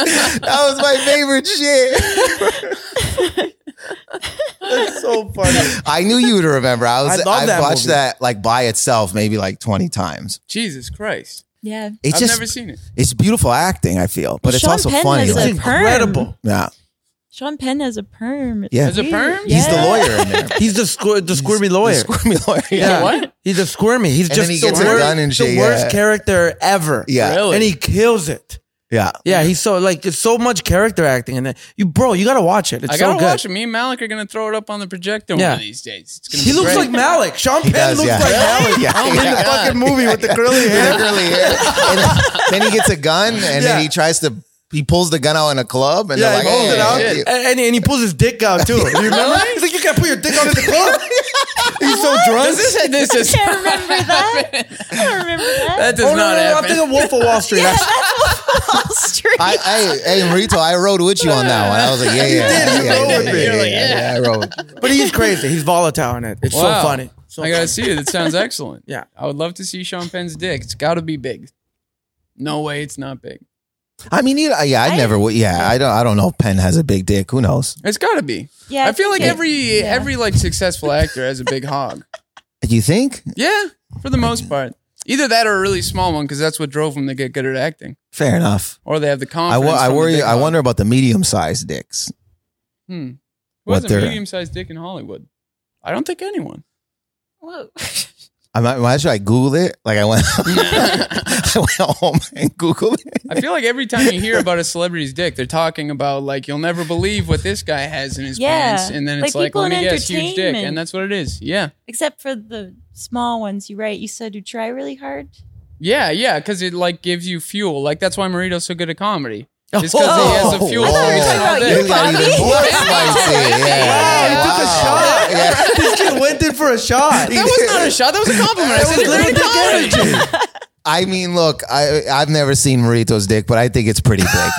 [SPEAKER 3] man. (laughs) that was my favorite shit.
[SPEAKER 4] That's so funny.
[SPEAKER 3] I knew you would remember. I was.
[SPEAKER 4] I love
[SPEAKER 3] I
[SPEAKER 4] that
[SPEAKER 3] watched
[SPEAKER 4] movie.
[SPEAKER 3] that like by itself, maybe like 20 times.
[SPEAKER 1] Jesus Christ.
[SPEAKER 2] yeah.
[SPEAKER 3] It's
[SPEAKER 1] I've
[SPEAKER 3] just
[SPEAKER 1] never seen it.
[SPEAKER 3] it's beautiful acting. I feel, but it's
[SPEAKER 2] Sean
[SPEAKER 3] also
[SPEAKER 2] Penn
[SPEAKER 3] funny.
[SPEAKER 2] has
[SPEAKER 3] Like,
[SPEAKER 4] It's
[SPEAKER 2] a perm.
[SPEAKER 4] incredible.
[SPEAKER 3] yeah,
[SPEAKER 2] Sean Penn has a perm. It's
[SPEAKER 3] Yeah.
[SPEAKER 2] weird.
[SPEAKER 1] Has a perm?
[SPEAKER 3] he's the
[SPEAKER 2] Yeah.
[SPEAKER 3] lawyer in there.
[SPEAKER 4] He's the squir- the (laughs) squirmy lawyer.
[SPEAKER 3] The squirmy lawyer.
[SPEAKER 1] Yeah. What?
[SPEAKER 4] He's a squirmy. He's
[SPEAKER 3] And
[SPEAKER 4] just
[SPEAKER 3] then he
[SPEAKER 4] the,
[SPEAKER 3] gets
[SPEAKER 4] worst,
[SPEAKER 3] a gun and
[SPEAKER 4] the
[SPEAKER 3] shit,
[SPEAKER 4] worst
[SPEAKER 3] yeah.
[SPEAKER 4] character ever.
[SPEAKER 3] (laughs) Yeah.
[SPEAKER 1] Really?
[SPEAKER 4] And he kills it.
[SPEAKER 3] Yeah.
[SPEAKER 4] Yeah, he's so like it's so much character acting in it. You bro, you gotta watch it. It's
[SPEAKER 1] I
[SPEAKER 4] so
[SPEAKER 1] gotta
[SPEAKER 4] good.
[SPEAKER 1] watch it. Me and Malik are gonna throw it up on the projector one
[SPEAKER 4] Yeah.
[SPEAKER 1] of these days. It's gonna
[SPEAKER 4] He
[SPEAKER 1] be
[SPEAKER 4] looks
[SPEAKER 1] great. (laughs)
[SPEAKER 4] like Malik. Sean Penn
[SPEAKER 3] does,
[SPEAKER 4] looks
[SPEAKER 3] yeah.
[SPEAKER 4] like Malik
[SPEAKER 3] Yeah.
[SPEAKER 4] in
[SPEAKER 3] Oh my
[SPEAKER 4] the
[SPEAKER 1] God.
[SPEAKER 4] fucking movie with the curly
[SPEAKER 3] With (laughs)
[SPEAKER 4] hair.
[SPEAKER 3] the curly hair. And then he gets a gun and
[SPEAKER 4] Yeah.
[SPEAKER 3] then he tries to he pulls the gun out in a club and they're
[SPEAKER 4] Yeah,
[SPEAKER 3] like,
[SPEAKER 4] he pulls
[SPEAKER 3] oh,
[SPEAKER 4] it out,
[SPEAKER 3] shit.
[SPEAKER 4] and, and, and he pulls his dick out too. (laughs) You remember? He's like, you can't put your dick out at the club. (laughs) He's so drunk.
[SPEAKER 1] This is this is
[SPEAKER 2] I (laughs) can't remember that. (laughs) I don't remember that. (laughs)
[SPEAKER 1] that does
[SPEAKER 4] oh, no,
[SPEAKER 1] not
[SPEAKER 4] no, no, I'm
[SPEAKER 1] happen.
[SPEAKER 4] thinking Wolf of Wall (laughs) Street. actually.
[SPEAKER 2] Wall Street.
[SPEAKER 3] I, I, hey, Marito, I rode with you on that one. I was like, yeah, yeah,
[SPEAKER 4] did,
[SPEAKER 3] yeah,
[SPEAKER 4] (laughs) you
[SPEAKER 3] yeah,
[SPEAKER 4] rode
[SPEAKER 3] yeah,
[SPEAKER 4] with me.
[SPEAKER 3] yeah,
[SPEAKER 1] You're like,
[SPEAKER 3] yeah,
[SPEAKER 1] yeah.
[SPEAKER 3] yeah, I rode. with you.
[SPEAKER 4] but he's crazy. He's volatile in it. It's
[SPEAKER 1] Wow.
[SPEAKER 4] so funny. So
[SPEAKER 1] I gotta see it. That sounds excellent.
[SPEAKER 4] Yeah.
[SPEAKER 1] I would love to see Sean Penn's dick. It's gotta be big. No way, it's not big.
[SPEAKER 3] I mean, you- yeah, I
[SPEAKER 2] I-
[SPEAKER 3] never would. Yeah, I don't. I don't know if Penn has a big dick. Who knows?
[SPEAKER 1] It's gotta be.
[SPEAKER 2] (laughs) yeah,
[SPEAKER 1] I feel like
[SPEAKER 2] think it-
[SPEAKER 1] every every like successful actor has a big hog.
[SPEAKER 3] You think?
[SPEAKER 1] Yeah, for the most part. Either that or a really small one, because that's what drove them to get good at acting,
[SPEAKER 3] Fair enough.
[SPEAKER 1] or they have the
[SPEAKER 3] I,
[SPEAKER 1] confidence.
[SPEAKER 3] wo- I
[SPEAKER 1] from the
[SPEAKER 3] worry.
[SPEAKER 1] big
[SPEAKER 3] I
[SPEAKER 1] hog.
[SPEAKER 3] wonder about the medium-sized dicks.
[SPEAKER 1] Hmm. Who
[SPEAKER 3] what
[SPEAKER 1] has a
[SPEAKER 3] they're-
[SPEAKER 1] medium-sized dick in Hollywood? I don't think anyone. (laughs)
[SPEAKER 2] Whoa. (laughs)
[SPEAKER 3] I might, might should I Google it? Like I went, (laughs) I went home and Googled it.
[SPEAKER 1] I feel like every time you hear about a celebrity's dick, they're talking about like you'll never believe what this guy has in his
[SPEAKER 2] Yeah.
[SPEAKER 1] pants, and then
[SPEAKER 2] Like
[SPEAKER 1] it's like,
[SPEAKER 2] people
[SPEAKER 1] let me
[SPEAKER 2] in
[SPEAKER 1] guess, huge dick,
[SPEAKER 2] entertainment.
[SPEAKER 1] and that's what it is. Yeah,
[SPEAKER 2] Except for the small ones, you right? You said you try really hard.
[SPEAKER 1] yeah, yeah, because it like gives you fuel. Like that's why Marito's so good at comedy. Just because
[SPEAKER 3] Oh.
[SPEAKER 1] he has a fuel.
[SPEAKER 3] I thought we were
[SPEAKER 1] for
[SPEAKER 2] talking
[SPEAKER 1] all
[SPEAKER 2] about
[SPEAKER 1] day.
[SPEAKER 2] you,
[SPEAKER 3] It got
[SPEAKER 2] Bobby.
[SPEAKER 3] even more spicy. Yeah.
[SPEAKER 4] Wow, (laughs) he took a
[SPEAKER 3] Yeah.
[SPEAKER 4] shot. This kid went in for a shot.
[SPEAKER 1] That was not a shot. (laughs) That was a compliment. I said you're great at comedy.
[SPEAKER 3] I mean, look, I I've never seen Marito's dick, but I think it's
[SPEAKER 1] (laughs)
[SPEAKER 3] pretty big.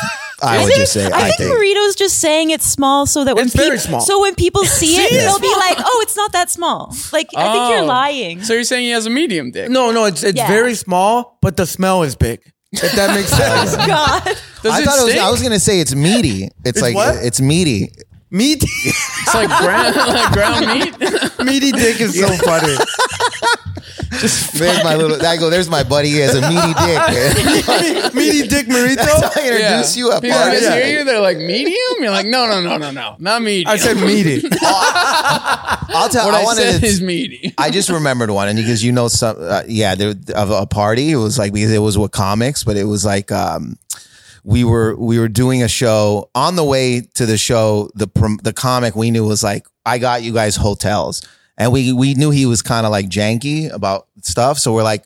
[SPEAKER 3] I would just say,
[SPEAKER 2] I, think, Marito's just saying it's small so that when
[SPEAKER 4] It's very
[SPEAKER 2] peop-
[SPEAKER 4] small.
[SPEAKER 2] so when people see
[SPEAKER 3] (laughs)
[SPEAKER 2] it,
[SPEAKER 4] it's
[SPEAKER 2] they'll be like, "Oh, it's not that small." Like I think
[SPEAKER 1] Oh.
[SPEAKER 2] you're lying.
[SPEAKER 1] So you're saying he has a medium dick?
[SPEAKER 4] No, no, it's it's
[SPEAKER 2] Yeah.
[SPEAKER 4] very small, but the smell is big. If that
[SPEAKER 3] (laughs)
[SPEAKER 4] makes
[SPEAKER 2] (laughs)
[SPEAKER 4] sense.
[SPEAKER 2] God,
[SPEAKER 1] Does
[SPEAKER 3] I
[SPEAKER 1] it
[SPEAKER 3] thought it was,
[SPEAKER 1] stink?
[SPEAKER 3] I was gonna say it's meaty. It's, like
[SPEAKER 4] what?
[SPEAKER 3] it's meaty.
[SPEAKER 4] Meaty,
[SPEAKER 1] it's like ground, (laughs) like
[SPEAKER 3] (laughs)
[SPEAKER 1] ground meat.
[SPEAKER 4] meaty dick is so funny.
[SPEAKER 3] There's my little. I go. There's my buddy. He has a meaty
[SPEAKER 1] (laughs)
[SPEAKER 3] dick.
[SPEAKER 4] meaty dick
[SPEAKER 3] That's how
[SPEAKER 4] Marito.
[SPEAKER 3] I introduce you up.
[SPEAKER 1] People
[SPEAKER 3] Mark.
[SPEAKER 4] yeah.
[SPEAKER 1] mishear you. They're like medium. You're like, no, no, no, no, no, not medium.
[SPEAKER 4] I said meaty.
[SPEAKER 3] I'll
[SPEAKER 1] (laughs)
[SPEAKER 3] tell.
[SPEAKER 1] what
[SPEAKER 3] I
[SPEAKER 1] I,
[SPEAKER 3] wanted
[SPEAKER 1] said
[SPEAKER 3] to
[SPEAKER 1] is
[SPEAKER 3] (laughs)
[SPEAKER 1] meaty.
[SPEAKER 3] I just remembered one, and because you know some, uh, yeah, there, of a party. It was like because it was with comics, but it was like um, we were we were doing a show on the way to the show. The prom- the comic we knew was like, I got you guys hotels, and we we knew he was kind of like janky about stuff, so we're like.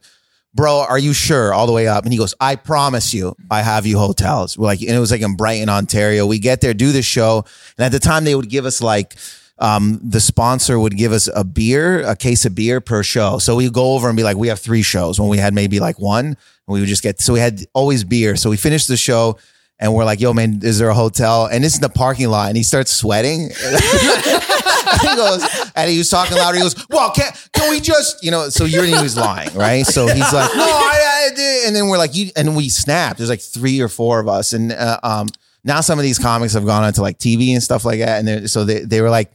[SPEAKER 3] Bro, are you sure? All the way up. And he goes, I promise you, I have you hotels. We're like, and it was like in Brighton, Ontario. We get there, do the show. And at the time, they would give us like um, the sponsor would give us a beer, a case of beer per show. So we go over and be like, we have three shows when we had maybe like one, and we would just get, so we had always beer. So we finished the show and we're like, yo, man, is there a hotel? And it's in the parking lot and he starts sweating. (laughs) he goes, and he was talking louder. He goes, "Well, can can we just, you know?" So you knew he was lying, right? So he's like, "No, I, I did." And then we're like, "You," and we snapped. There's like three or four of us, and uh, um, now some of these comics have gone onto like TV and stuff like that, and they're- so they they were like.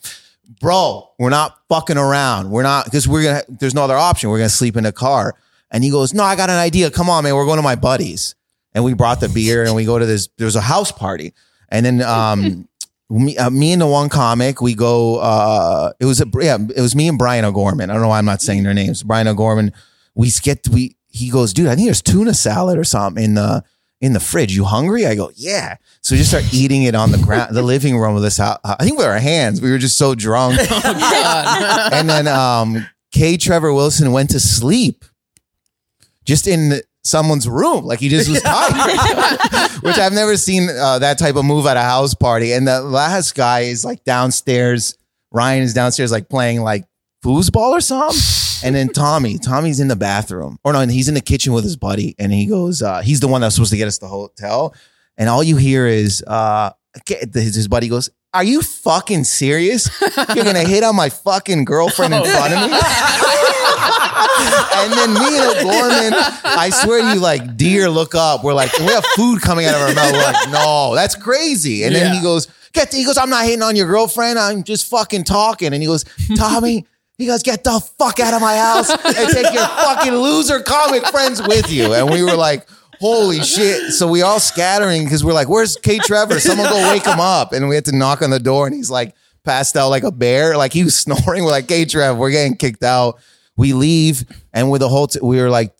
[SPEAKER 3] Bro, we're not fucking around. We're not because we're gonna. There's no other option. We're gonna sleep in a car. And he goes, "No, I got an idea. Come on, man. We're going to my buddies." And we brought the beer and we go to this. There was a house party, and then um, (laughs) me, uh, me and the one comic, we go. Uh, it was a yeah, it was me and Brian O'Gorman. I don't know why I'm not saying their names. Brian O'Gorman. We get we. He goes, dude. I think there's tuna salad or something in the in the fridge. You hungry? I go, yeah. So we just start eating it on the ground, the living room of this house. I think with our hands, we were just so drunk.
[SPEAKER 1] Oh,
[SPEAKER 3] and then um, K. Trevor Wilson went to sleep, just in someone's room, like he just was tired. Which I've never seen uh, that type of move at a house party. And the last guy is like downstairs. Ryan is downstairs, like playing like foosball or something. (laughs) And then Tommy, Tommy's in the bathroom, or no, and he's in the kitchen with his buddy, and he goes, uh, he's the one that's supposed to get us the hotel, and all you hear is, uh, get- his his buddy goes, "Are you fucking serious? You're gonna hit on my fucking girlfriend in front of me?" and then me and O'Gorman, I swear to you, like deer, look up. We're like, we have food coming out of our mouth. We're like, no, that's crazy. And then
[SPEAKER 1] Yeah.
[SPEAKER 3] he goes, get. He goes, I'm not hitting on your girlfriend. I'm just fucking talking. And he goes, Tommy. He goes, get the fuck out of my house and take your fucking loser comic friends with you. And we were like, holy shit. So we all scattering because we're like, where's K Trevor? Someone go wake him up. And we had to knock on the door and he's like passed out like a bear. Like he was (laughs) snoring. We're like, K Trev, we're getting kicked out. We leave and with the whole, t- we were like,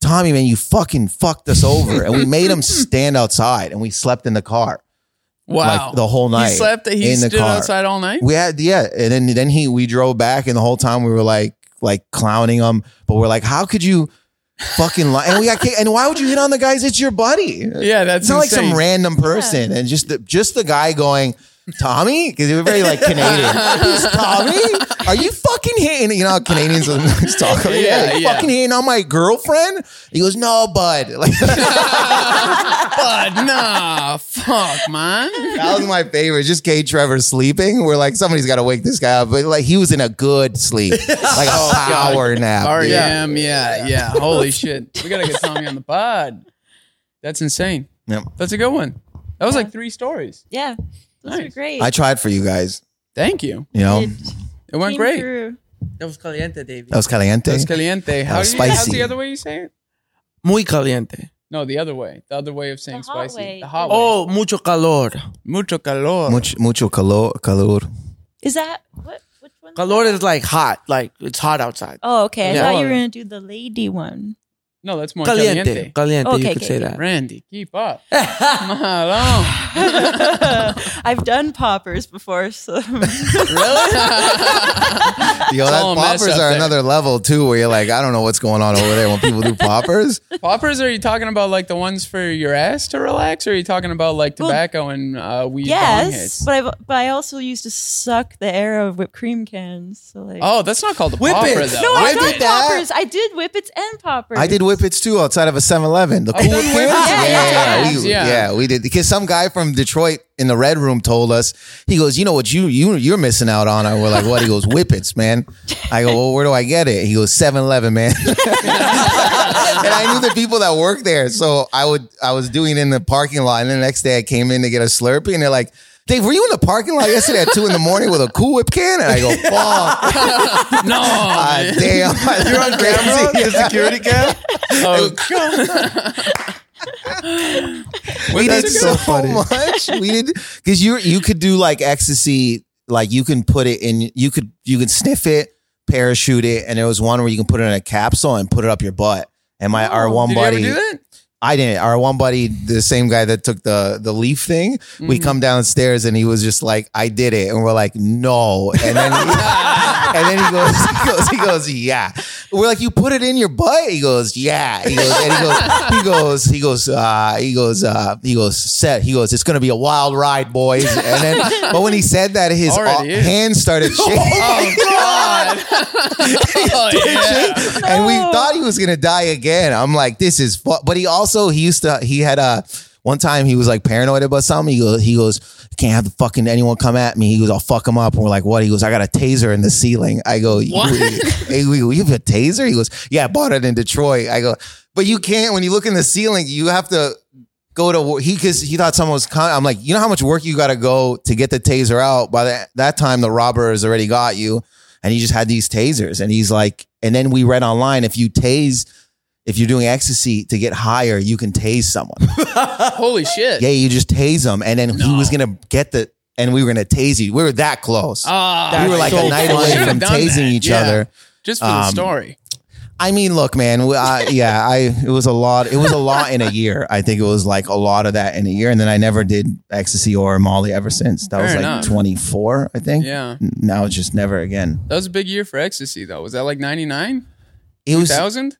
[SPEAKER 3] Tommy, man, you fucking fucked us over. And we made him stand outside and we slept in the car
[SPEAKER 1] wow,
[SPEAKER 3] like the whole night.
[SPEAKER 1] He slept. He
[SPEAKER 3] in the
[SPEAKER 1] stood
[SPEAKER 3] car.
[SPEAKER 1] outside all night.
[SPEAKER 3] We had yeah, and then then he we drove back, and the whole time we were like like clowning him, but we're like, how could you? fucking lie. And we got kicked. And why would you hit on the guys? It's your buddy.
[SPEAKER 1] Yeah, that's
[SPEAKER 3] It's not like
[SPEAKER 1] insane.
[SPEAKER 3] some random person. And just the, just the guy going, Tommy? Because he was very like Canadian. Who's Tommy? Are you fucking hitting? You know how Canadians (laughs) sometimes talk. Like,
[SPEAKER 1] Yeah,
[SPEAKER 3] yeah, you
[SPEAKER 1] yeah.
[SPEAKER 3] fucking hitting on my girlfriend? He goes, no, bud. (laughs) Like,
[SPEAKER 1] but nah, fuck,
[SPEAKER 3] (laughs)
[SPEAKER 1] man.
[SPEAKER 3] That was my favorite. Just Kate Trevor sleeping. We're like, somebody's got to wake this guy up. But like, he was in a
[SPEAKER 1] (laughs)
[SPEAKER 3] good sleep, like a
[SPEAKER 1] Oh,
[SPEAKER 3] power nap. dude.
[SPEAKER 1] REM, E yeah, yeah.
[SPEAKER 3] (laughs)
[SPEAKER 1] Holy shit. We gotta get Tommy on the pod. That's insane.
[SPEAKER 3] Yep.
[SPEAKER 1] That's a good one. That was like three stories.
[SPEAKER 2] Yeah. Those are
[SPEAKER 1] Nice.
[SPEAKER 2] great.
[SPEAKER 3] I tried for you guys.
[SPEAKER 1] Thank you.
[SPEAKER 3] You know,
[SPEAKER 2] It
[SPEAKER 1] It went
[SPEAKER 2] came
[SPEAKER 1] great.
[SPEAKER 2] through.
[SPEAKER 4] That was caliente, David.
[SPEAKER 3] that was caliente.
[SPEAKER 1] That's caliente. How
[SPEAKER 3] was
[SPEAKER 1] do you, how's
[SPEAKER 3] spicy.
[SPEAKER 1] the other way you say it?
[SPEAKER 4] Muy caliente.
[SPEAKER 1] No, the other way. The other way of saying
[SPEAKER 2] The hot
[SPEAKER 1] spicy.
[SPEAKER 2] way.
[SPEAKER 1] The hot way.
[SPEAKER 4] Oh, mucho calor.
[SPEAKER 1] mucho calor.
[SPEAKER 3] mucho, mucho calor, calor.
[SPEAKER 2] Is that what? Which one?
[SPEAKER 4] Calor is like hot, like it's hot outside.
[SPEAKER 2] Oh, okay. I
[SPEAKER 4] Yeah.
[SPEAKER 2] thought you were gonna do the lady one.
[SPEAKER 1] No, that's more caliente.
[SPEAKER 4] Caliente, caliente.
[SPEAKER 2] Okay,
[SPEAKER 4] you could
[SPEAKER 2] okay,
[SPEAKER 4] say
[SPEAKER 2] okay.
[SPEAKER 4] that.
[SPEAKER 1] Randy, keep up. Malone.
[SPEAKER 2] I've done poppers before, so
[SPEAKER 1] really?
[SPEAKER 3] Yo, that
[SPEAKER 1] all a mess
[SPEAKER 3] poppers
[SPEAKER 1] up
[SPEAKER 3] are
[SPEAKER 1] there.
[SPEAKER 3] another level too, where you're like, I don't know what's going on over there when people do poppers.
[SPEAKER 1] (laughs) Poppers, are you talking about like the ones for your ass to relax, or are you talking about like
[SPEAKER 2] Well,
[SPEAKER 1] tobacco and uh, weed bong
[SPEAKER 2] (laughs) yes.
[SPEAKER 1] hits?
[SPEAKER 2] But I but I also used to suck the air of whipped cream cans. So like,
[SPEAKER 1] Oh, that's not called a
[SPEAKER 4] Whip
[SPEAKER 1] popper,
[SPEAKER 4] it.
[SPEAKER 1] though.
[SPEAKER 2] (laughs)
[SPEAKER 1] (laughs) Oh,
[SPEAKER 2] no, I've
[SPEAKER 3] Whip
[SPEAKER 2] done
[SPEAKER 3] it that-
[SPEAKER 2] poppers. I did whippets and poppers.
[SPEAKER 3] I did whippets too outside of a 7-Eleven. The
[SPEAKER 1] I've
[SPEAKER 3] cool
[SPEAKER 1] done
[SPEAKER 3] things.
[SPEAKER 1] whippets.
[SPEAKER 3] Yeah,
[SPEAKER 2] Yeah,
[SPEAKER 3] yeah,
[SPEAKER 1] yeah.
[SPEAKER 3] yeah. We,
[SPEAKER 1] Yeah.
[SPEAKER 3] yeah. we did because some guy from Detroit in the red room told us he goes, you know what you you you're missing out on. And we're like, what? He goes, whippets, man. I go, well, where do I get it? He goes, 7-Eleven, man. (laughs) and I knew the people that work there, so I would I was doing it in the parking lot, and the next day I came in to get a Slurpee, and they're like. Dave, were you in the parking lot yesterday at two in the morning with a Cool Whip can? And I go, fuck,
[SPEAKER 1] No,
[SPEAKER 3] ah,
[SPEAKER 1] Oh, man.
[SPEAKER 3] damn. You're (laughs) on
[SPEAKER 4] Camera, the security cam.
[SPEAKER 1] Oh,
[SPEAKER 3] we
[SPEAKER 1] that's
[SPEAKER 3] did
[SPEAKER 1] a good (laughs)
[SPEAKER 3] so much. We did because you you could do like ecstasy, like you can put it in. You could you could sniff it, parachute it, and there was one where you can put it in a capsule and put it up your butt. And my our one
[SPEAKER 1] Oh, did
[SPEAKER 3] buddy,
[SPEAKER 1] you ever do
[SPEAKER 3] (laughs)
[SPEAKER 1] that?
[SPEAKER 3] I didn't. Our one buddy, the same guy that took the the leaf thing, we
[SPEAKER 1] Mm.
[SPEAKER 3] come downstairs and he was just like, "I did it," and we're like, "No," and then he, (laughs) and then he goes, (laughs) he goes, he goes, "Yeah." We're like, "You put it in your butt?" He goes, "Yeah." He goes, and he goes, he goes, he goes, uh, he goes, uh, he goes, set. He goes, "It's gonna be a wild ride, boys." And then, but when he said that, his uh,
[SPEAKER 1] Already is. (laughs)
[SPEAKER 3] hand started shaking.
[SPEAKER 1] Oh God! oh, yeah.
[SPEAKER 3] (laughs) and we
[SPEAKER 2] No.
[SPEAKER 3] thought he was gonna die again. I'm like, this is fu-. but he also he used to he had a one time he was like paranoid about something. He goes, he goes, can't have fucking anyone come at me. He goes, I'll fuck him up. And we're like, what? He goes, I got a taser in the ceiling. I go, you, hey, we, we have a taser? He goes, yeah, I bought it in Detroit. I go, but you can't when you look in the ceiling. You have to go to wor- he because he thought someone was con- I'm like, you know how much work you got to go to get the taser out. By that that time, the robber has already got you, and he just had these tasers. And he's like, and then we read online if you tase, if you're doing ecstasy to get higher, you can tase someone.
[SPEAKER 1] (laughs) Holy shit!
[SPEAKER 3] yeah, you just tase them, and then he
[SPEAKER 1] No.
[SPEAKER 3] was gonna get the, and we were gonna tase you. We were that close.
[SPEAKER 1] Ah,
[SPEAKER 3] we were like
[SPEAKER 4] that's so
[SPEAKER 3] a night
[SPEAKER 4] funny.
[SPEAKER 3] away
[SPEAKER 1] Should've
[SPEAKER 3] from
[SPEAKER 1] done
[SPEAKER 3] tasing
[SPEAKER 1] that.
[SPEAKER 3] each
[SPEAKER 1] Yeah.
[SPEAKER 3] other.
[SPEAKER 1] just for the
[SPEAKER 3] Um,
[SPEAKER 1] story.
[SPEAKER 3] I mean, look, man. we- I, yeah, I it was a lot. It was a lot in a year. I think it was like a lot of that in a year, and then I never did ecstasy or Molly ever since. That was
[SPEAKER 1] Fair
[SPEAKER 3] like
[SPEAKER 1] enough.
[SPEAKER 3] 24, I think.
[SPEAKER 1] Yeah,
[SPEAKER 3] N- Now it's just never again.
[SPEAKER 1] that was a big year for ecstasy, though. Was that like ninety nine
[SPEAKER 3] It was
[SPEAKER 1] thousand?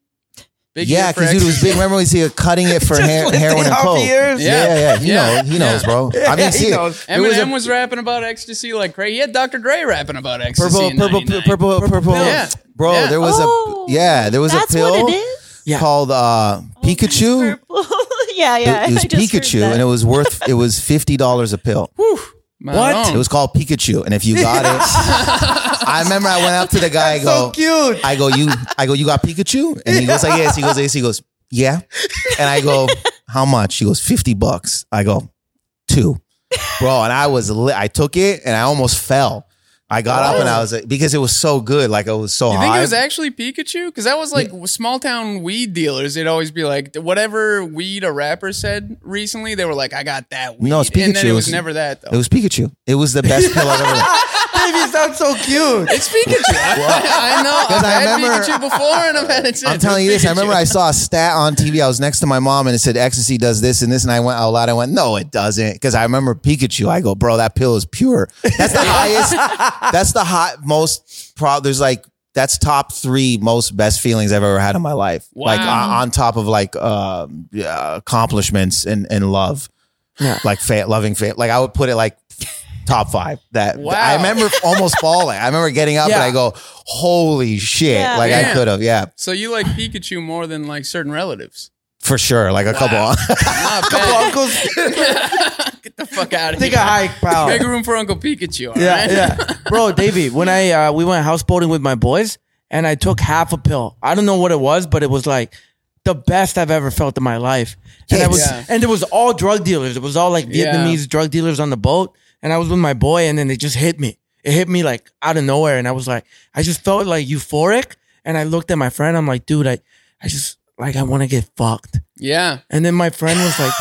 [SPEAKER 1] Big
[SPEAKER 3] yeah,
[SPEAKER 1] year for
[SPEAKER 3] because dude it was
[SPEAKER 1] ecstasy.
[SPEAKER 3] big. Remember when we see a cutting it
[SPEAKER 2] (laughs)
[SPEAKER 3] for hair, heroin and coke. Yeah, yeah, yeah. He
[SPEAKER 1] Yeah.
[SPEAKER 3] knows. He knows,
[SPEAKER 1] Yeah.
[SPEAKER 3] bro.
[SPEAKER 2] (laughs)
[SPEAKER 3] I mean,
[SPEAKER 1] (laughs)
[SPEAKER 3] see,
[SPEAKER 4] knows.
[SPEAKER 3] it was
[SPEAKER 1] Eminem
[SPEAKER 3] a-
[SPEAKER 1] was, rapping about ecstasy like crazy. He had Dr. Dre rapping about ecstasy.
[SPEAKER 3] purple,
[SPEAKER 1] in
[SPEAKER 3] purple,
[SPEAKER 1] 99.
[SPEAKER 3] purple, purple, purple.
[SPEAKER 1] Yeah.
[SPEAKER 3] Bro,
[SPEAKER 1] Yeah.
[SPEAKER 3] there was
[SPEAKER 2] Oh,
[SPEAKER 3] a yeah, there was a
[SPEAKER 2] That's
[SPEAKER 3] pill
[SPEAKER 2] what it is. Oh,
[SPEAKER 4] Yeah.
[SPEAKER 3] called uh, (laughs) Pikachu.
[SPEAKER 2] Purple. (laughs) yeah, yeah.
[SPEAKER 3] it, it was
[SPEAKER 2] I just heard
[SPEAKER 3] Pikachu,
[SPEAKER 2] that.
[SPEAKER 3] and it was worth it was fifty dollars a pill.
[SPEAKER 1] Malone.
[SPEAKER 3] It was called Pikachu, and
[SPEAKER 1] (laughs)
[SPEAKER 3] if you got it, I remember I went up to the guy. I
[SPEAKER 4] So
[SPEAKER 3] go,
[SPEAKER 4] cute.
[SPEAKER 3] I go, you, I go, you got Pikachu, and he goes like, yes. He goes, yes. He goes, yeah, and I go, how much? He goes, fifty bucks. I go, two, bro, and I was lit. I took it, and I almost fell. I got up and I was like, because it was so good, like it was so
[SPEAKER 1] Oh. You
[SPEAKER 3] high.
[SPEAKER 1] think it was actually Pikachu? Because that was like small town weed dealers. They'd always be like, whatever weed a rapper said recently, they were like, I got that weed.
[SPEAKER 3] No, it's
[SPEAKER 1] And then
[SPEAKER 3] Pikachu.
[SPEAKER 1] it
[SPEAKER 3] It
[SPEAKER 1] was
[SPEAKER 3] was-
[SPEAKER 1] never that,
[SPEAKER 3] it
[SPEAKER 1] though.
[SPEAKER 3] was Pikachu. It was the best pill I've ever. had.
[SPEAKER 4] Baby, sounds so cute.
[SPEAKER 1] It's Pikachu.
[SPEAKER 3] (laughs)
[SPEAKER 1] (laughs) I, I know. I've
[SPEAKER 3] I
[SPEAKER 1] had
[SPEAKER 3] remember-
[SPEAKER 1] Pikachu before and I've had it since.
[SPEAKER 3] (laughs) I'm telling you
[SPEAKER 1] It's
[SPEAKER 3] this. I remember
[SPEAKER 1] Pikachu.
[SPEAKER 3] I saw a stat on TV. I was next to my mom and it said ecstasy does this and this. And I went out loud. I went, no, it doesn't. Cause I remember Pikachu. I go, bro, that pill is pure. That's the highest. That's the hot most pro. There's like that's top three most best feelings I've ever had in my life. Like
[SPEAKER 1] Wow.
[SPEAKER 3] on, on top of like uh, yeah, accomplishments and, and love,
[SPEAKER 4] Yeah.
[SPEAKER 3] like fa- loving fa- Like I would put it like top five. That
[SPEAKER 1] Wow.
[SPEAKER 3] I remember almost falling. I remember getting up and
[SPEAKER 4] Yeah.
[SPEAKER 3] I go, holy shit!
[SPEAKER 2] Yeah.
[SPEAKER 3] Like I
[SPEAKER 1] Damn.
[SPEAKER 3] could have, yeah,
[SPEAKER 1] So you like Pikachu more than like certain
[SPEAKER 3] (laughs)
[SPEAKER 1] relatives. (laughs)
[SPEAKER 3] for sure. Like a (laughs) couple.
[SPEAKER 1] Not
[SPEAKER 4] Couple
[SPEAKER 1] bad.
[SPEAKER 4] uncles
[SPEAKER 1] Get the fuck out of
[SPEAKER 4] take a
[SPEAKER 1] here.
[SPEAKER 4] hike, pal.
[SPEAKER 1] Make room for Uncle Pikachu. all
[SPEAKER 4] (laughs) Yeah,
[SPEAKER 1] right?
[SPEAKER 4] yeah. Bro, Davey, when I uh, we went houseboating with my boys and I took half a pill. I don't know what it was, but it was like the best I've ever felt in my life. And I was
[SPEAKER 1] Yeah.
[SPEAKER 4] and it was all drug dealers. It was all like
[SPEAKER 1] Yeah.
[SPEAKER 4] Vietnamese drug dealers on the boat. And I was with my boy and then it just hit me. It hit me like out of nowhere. And I was like, I just felt like euphoric. And I looked at my friend, I'm like, dude, I, I just like I wanna get fucked.
[SPEAKER 1] (laughs) Yeah.
[SPEAKER 4] And then my friend was like,